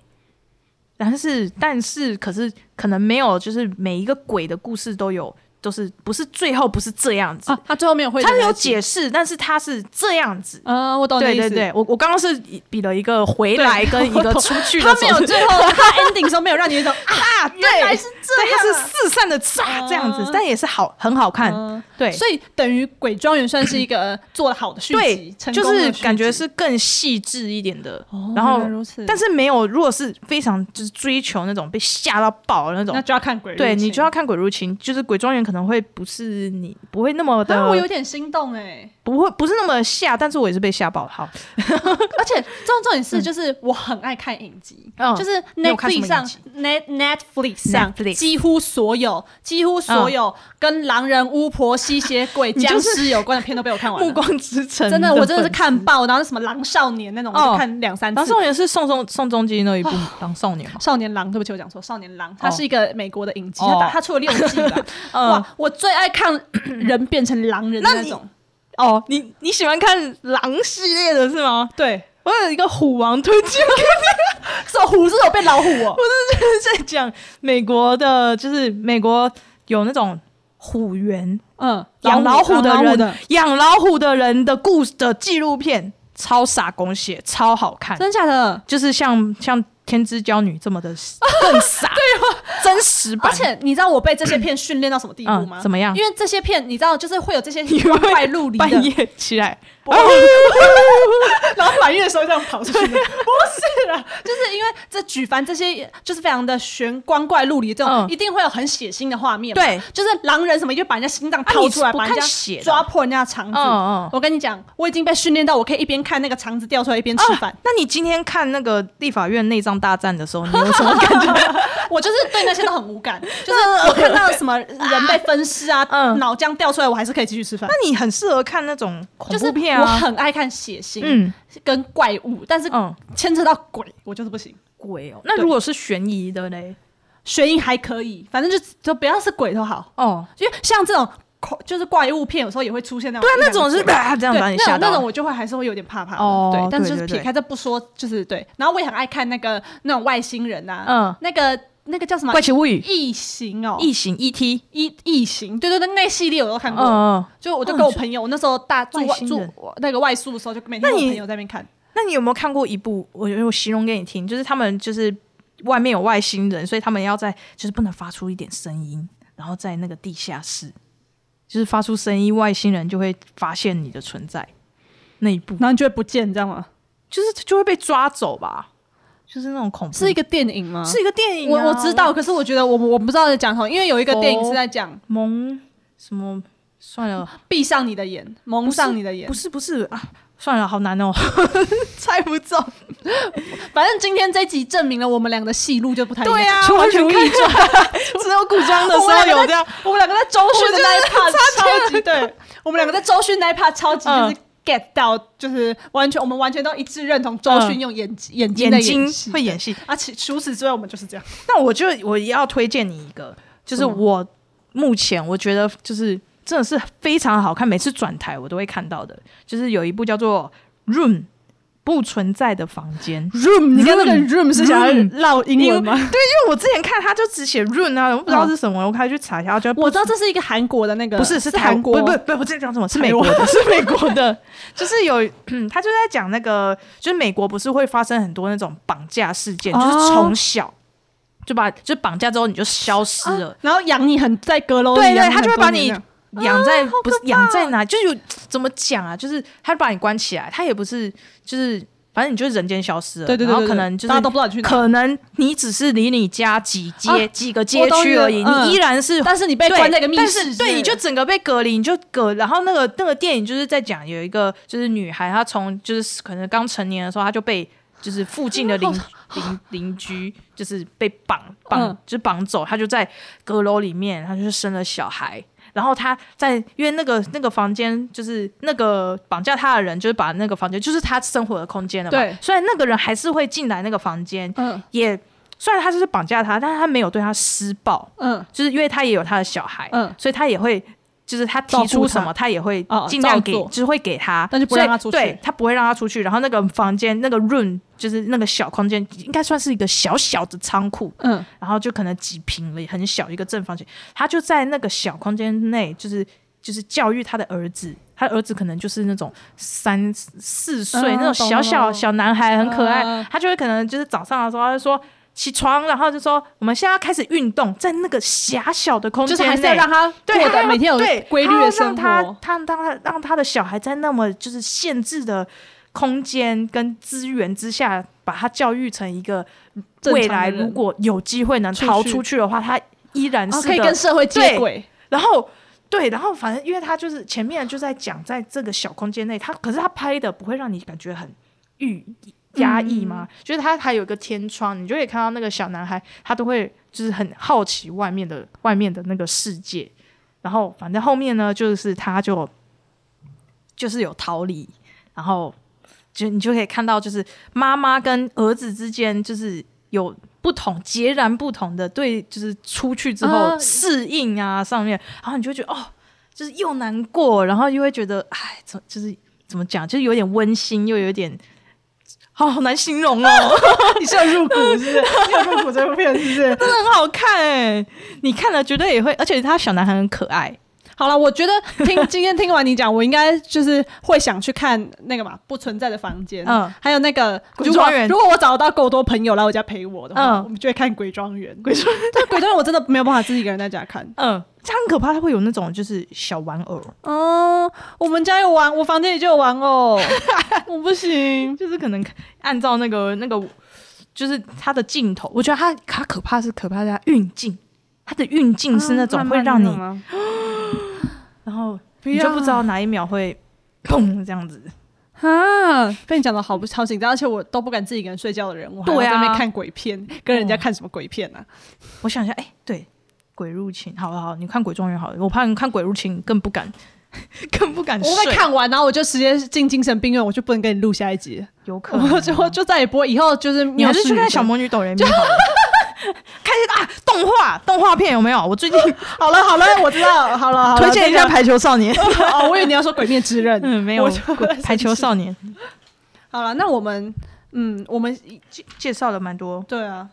A: 但是但是可是可能没有，就是每一个鬼的故事都有就是不是最后不是这样子，
B: 啊，他最后没有会，
A: 哦他是有，解释，哦但是他是这样子。
B: 嗯，我懂你的
A: 对
B: 意思
A: 对，对，我我刚刚是比了一个回来
B: 对
A: 跟一个出去的
B: 他
A: 手势，
B: 没有最后，他 ending 的时候没有让你有一种啊，
A: 啊， 对，
B: 原来是这
A: 对，它
B: 样啊，
A: 是四散的炸
B: 嗯
A: 这样子，但也是好很好看，
B: 嗯
A: 对，
B: 所以等于《鬼庄园》算是一个做的好的续
A: 对
B: 集，成
A: 就
B: 功的
A: 是
B: 续
A: 感觉
B: 集。
A: 是更细致一点的，
B: 哦
A: 然后
B: 原来如此，
A: 但是没有，如果是非常就是追求那种被吓到爆的那种
B: 那，就要看鬼入侵，
A: 对你就要看《鬼入侵》，就是《鬼庄园》可能会不是你不会那么的，
B: 啊，我有点心动哎。
A: 不会不是那么吓，但是我也是被吓爆的。好，
B: 而且重重点是，就是我很爱看影集，
A: 嗯
B: 就是
A: 你有看什么
B: Netflix 上
A: 影集
B: Net Netflix 上
A: Netflix 哦
B: 几乎所有几乎所有跟狼人、巫婆、吸血鬼、
A: 你就
B: 僵
A: 是
B: 尸有关的片都被我看 完
A: 暮
B: 了。
A: 光之城
B: 真的，我真的是
A: 粉丝。
B: 看爆，然后什么狼少年那种，
A: 哦
B: 我就看两三
A: 当
B: 次
A: 少。年是宋仲宋仲基那一部《当少年》嘛？
B: 少年狼，对不起，我讲错，少年狼，它
A: 哦
B: 是一个美国的影集，
A: 哦
B: 它打它出了六季 吧。
A: 嗯，
B: 哇，我最爱看人变成狼人的
A: 那
B: 那
A: 你
B: 种。
A: 哦，你你喜欢看狼系列的是吗？
B: 对，
A: 我有一个虎王推荐给
B: 是我虎，是我变老虎哦。
A: 在讲美国的，就是美国有那种虎园
B: 嗯，
A: 养老虎的
B: 养老
A: 人，养老虎的人的故事的纪录片，超傻狗血，超好看，
B: 真假的？
A: 就是像像天之娇女这么的 更傻，对真实版，
B: 而且你知道我被这些片训练到什么地步吗？
A: 嗯怎么样
B: 因为这些片你知道，就是会有这些
A: 你
B: 光
A: 会
B: 怪陆离
A: 半
B: 的，
A: 夜哦起来，哦
B: 然后满月的时候这样跑出去的，不是啦，就是因为这举凡这些就是非常的玄光怪陆离这种，
A: 嗯
B: 一定会有很血腥的画面嘛。
A: 对
B: 就是狼人什么，就把人家心脏掏出来，
A: 啊你不
B: 把
A: 看
B: 人家
A: 血的
B: 抓破人家的肠子。
A: 嗯嗯
B: 我跟你讲，我已经被训练到，我可以一边看那个肠子掉出来，一边吃饭。
A: 啊那你今天看那个立法院内脏大战的时候，你有什 么感觉？
B: 我就是对那些都很无 感，就是我看到什么人被分尸啊，
A: 嗯
B: 脑浆掉出来，我还是可以继续吃饭。
A: 那你很适合看那种恐
B: 就是
A: 怖片
B: 我
A: 啊，
B: 很爱看血腥，
A: 嗯
B: 跟怪物，但是
A: 嗯，
B: 牵扯到鬼，我就是不行。
A: 鬼哦。那
B: 对
A: 如果是悬疑的嘞？
B: 悬疑还可以，反正就就不要是鬼都好，
A: 哦，
B: 因为像这种恐就是怪物片，有时候也会出现那种
A: 对啊，
B: 一两
A: 那
B: 个
A: 种是
B: 鬼
A: 啊这样
B: 对
A: 把你
B: 那
A: 吓
B: 种
A: 到。
B: 那种我就会还是会有点怕怕的，
A: 哦
B: 对，但
A: 对
B: 是就是
A: 对
B: 撇开这不说，就是对。然后我也很爱看那个那种外星人啊，
A: 嗯
B: 那个那个叫什么啊
A: 怪奇物语、
B: 异形哦，
A: 异形、ET，
B: 异异形，对对对，那系列我都看
A: 嗯
B: 过，
A: 嗯。
B: 就我就
A: 嗯
B: 跟我
A: 就
B: 朋友，我那时候大住
A: 外
B: 外
A: 星
B: 住
A: 人
B: 我那个外宿的时候，就每天
A: 那
B: 跟我
A: 你
B: 朋友在那边看，
A: 那你有没有看过一部？我我形容给你听，就是他们就是外面有外星人，所以他们要在就是不能发出一点声音，然后在那个地下室，就是发出声音，外星人就会发现你的存在。那一部
B: 然后你就会不见，你知道吗？
A: 就是就会被抓走吧，就是那种恐怖，
B: 是一个电影吗？
A: 是一个电影、啊
B: 我我啊知道，可是我觉得我我不知道在讲什么，因为有一个电影
A: 哦
B: 是在讲
A: 蒙什么算了，
B: 闭上你的眼，蒙上你的眼
A: 不。是不是啊，算了，好难哦，猜不中。
B: 反正今天这集证明了我们两个的戏路就不太一样。
A: 呀
B: 出
A: 啊完全
B: 如意
A: 看
B: 转，
A: 只有古装的时
B: 我们
A: 候
B: 两个
A: 有
B: 在
A: 这样，
B: 我们两个在周迅的那一 part 超级对，我们两个在周迅那一 part 超级就是
A: 嗯
B: get 到，就是完全我们完全都一致认同周迅用眼睛眼睛的
A: 眼睛
B: 戏
A: 会演戏。
B: 啊，其除此之外我们就是这样。
A: 那我就我也要推荐你一个，就是我目前我觉得就是真的是非常好看，每次转台我都会看到的，就是有一部叫做《Room》不存在的房间。
B: Room，你看那个 room 是想要
A: room
B: 唠英文吗？
A: 因为我之前看它就只写 room 啊，我不知道是什么，我开始去查一下，就
B: 我知道这是一个韩国的那个，
A: 不是是台
B: 呃韩国，
A: 不不不，我在讲什么？是美
B: 台
A: 国
B: 湾
A: 的，是美国的， 就是有，嗯他就在讲那个，就是美国不是会发生很多那种绑架事件，就是
B: 哦
A: 从小就把就绑架之后你就消失
B: 啊
A: 了，
B: 然后养你很在阁楼里
A: 对
B: 养你
A: 对，他就
B: 很多年这样，
A: 会把你养在、
B: 啊好
A: 不是
B: 可怕
A: 养在哪，就是有怎么讲啊？就是他把你关起来，他也不是就是反正你就人间消失了，
B: 对对对，
A: 然后
B: 对
A: 可
B: 对
A: 能就
B: 大家都
A: 是。
B: 不知道你去哪，
A: 可能你只是离你家几街、
B: 啊
A: 几个街
B: 我懂你
A: 区
B: 的
A: 而已，
B: 嗯
A: 你依然是
B: 但是你被
A: 对
B: 关在一个密
A: 但
B: 室
A: 是
B: 之类的，
A: 对，你就整个被隔离，你就隔。然后那个那个电影就是在讲有一个就是女孩，她从就是可能刚成年的时候，她就被就是附近的邻 邻邻居就是被绑绑、
B: 嗯
A: 就是绑走，她就在阁楼里面，她就是生了小孩。然后她在，因为那个那个房间就是那个绑架她的人，就是把那个房间就是她生活的空间了嘛。
B: 对
A: 虽然那个人还是会进来那个房间，
B: 嗯
A: 也虽然他就是绑架她，但是他没有对她施暴。
B: 嗯
A: 就是因为他也有他的小孩，
B: 嗯
A: 所以他也会就是他提出什
B: 照顾他
A: 么，他也会
B: 哦
A: 尽量
B: 照
A: 给，
B: 做
A: 就是会给他，
B: 但是不
A: 所
B: 让
A: 以
B: 他出去
A: 对他不会让他出去。然后那个房间那个 room 就是那个小空间，应该算是一个小小的仓库，
B: 嗯，
A: 然后就可能几平了，很小一个正方形，他就在那个小空间内，就是就是教育他的儿子。他儿子可能就是那种三四岁、
B: 嗯
A: 那种
B: 懂
A: 小
B: 懂
A: 小
B: 懂
A: 小男孩，很可爱。
B: 嗯嗯嗯
A: 他就会可能就是早上的时候，他就说起床，然后就说我们现在要开始运动，在那个狭小的空
B: 就
A: 间
B: 是
A: 内，
B: 还是要让他
A: 对
B: 过
A: 他
B: 得
A: 要
B: 每天有
A: 对
B: 规律的
A: 他要
B: 生
A: 让他
B: 活。
A: 他让他让他的小孩在那么就是限制的空间跟资源之下，把他教育成一个
B: 正常的
A: 未来
B: 人
A: 如果有机会能
B: 出
A: 逃
B: 去
A: 出去的话，他依然
B: 哦
A: 是
B: 可以
A: 个
B: 跟社会接轨，
A: 然后对，然后反正因为他就是前面就在讲，在这个小空间内，他可是他拍的不会让你感觉很郁压
B: 嗯
A: 抑吗？就是他还有一个天窗，你就可以看到那个小男孩，他都会就是很好奇外面的外面的那个世界。然后反正后面呢，就是他就就是有逃离，然后就你就可以看到，就是妈妈跟儿子之间就是有不同、截然不同的对，就是出去之后
B: 啊
A: 适应啊上面，然后你就会觉得哦，就是又难过，然后又会觉得哎，怎么就是怎么讲，就是有点温馨，又有点。哦好难形容哦，
B: 你是有入股是不 是？你有入股这部片是不是？
A: 真的很好看哎、你看了绝对也会，而且他小男孩很可爱，
B: 好了，我觉得听今天听完你讲，我应该就是会想去看那个嘛不存在的房间，
A: 嗯
B: 嗯，还有那个
A: 鬼
B: 如果
A: 庄园
B: 如果我找到够多朋友来我家陪我的话，
A: 嗯
B: 我们就会看鬼庄园。鬼庄园， 但鬼庄园我真的没有办法自己一个人在家看。
A: 嗯，他很可怕，他会有那种就是小玩偶，
B: 哦，我们家有玩，我房间里就有玩 哦，我不行。
A: 就是可能按照那个那个，就是它的镜头，我觉得它它可怕是可怕在它运镜，它的运镜是那
B: 啊
A: 种会让你，然后你就不知道哪一秒会砰这样子。
B: 啊，被你讲的好不超紧张，而且我都不敢自己一个人睡觉的人，我还要
A: 对啊
B: 在那边看鬼片，跟人家看什么鬼片啊？
A: 我想一下，哎、对，鬼入侵，好了好了，你看鬼庄园好了，我怕你看鬼入侵更不敢， 更不敢
B: 我会
A: 嗯睡，
B: 看完，然后我就直接进精神病院，我就不能跟你录下一集了。
A: 有可能
B: 我就我就再也不会，以后就是
A: 你
B: 你
A: 还是去看小魔女斗雷咪好了。 看一下啊，动画动画片有没有？我最近
B: 好了好了，我知道了好了好了，
A: 推荐一下《
B: 排
A: 排球少年》。
B: 哦，我以为你要说《鬼灭之刃》。
A: 嗯，没有
B: 我就
A: 《排球少年》
B: 好了，那我们嗯，我们
A: 介介绍了蛮多
B: 对啊，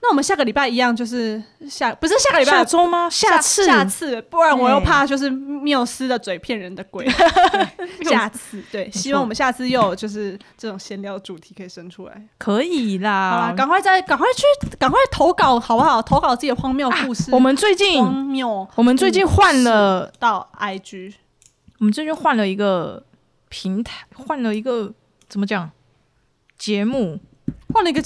B: 那我们下个礼拜一样，就是下不是下个礼拜
A: 下。周吗？下次嗯
B: 下次，不然我又
A: 对
B: 怕就是缪斯的嘴骗人的 鬼。对下次，对，希望我们下次又有就是这种闲聊主题可以生出来。
A: 可以
B: 好
A: 啦
B: 啦，。赶快再赶快去赶快投稿好不好？投稿自己的荒谬故事。
A: 啊我们最近
B: 荒谬
A: 我们最近换了，
B: 到 IG，
A: 我们最近换了一个平台，换了一个怎么讲节 目，
B: 换了一个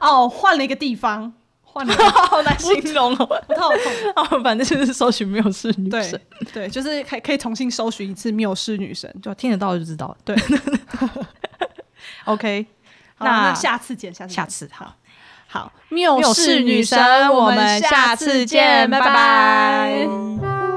B: 哦，换了一个地方，换了一 个
A: 好难形容 哦。
B: 我头好痛。
A: 反正就是搜寻没有是女神
B: 对，对，就是可以可以重新搜寻一次缪氏女神。
A: 就听得到就知道了。
B: 对
A: ，OK，
B: 好啦
A: 那
B: 那下次见，下次见
A: 下次好
B: 好。好，缪
A: 缪
B: 氏
A: 氏
B: 女
A: 女
B: 神
A: 神，
B: 我
A: 我
B: 们
A: 们
B: 下
A: 下
B: 次
A: 次
B: 见，
A: 见，
B: 拜
A: 拜
B: 拜
A: 拜。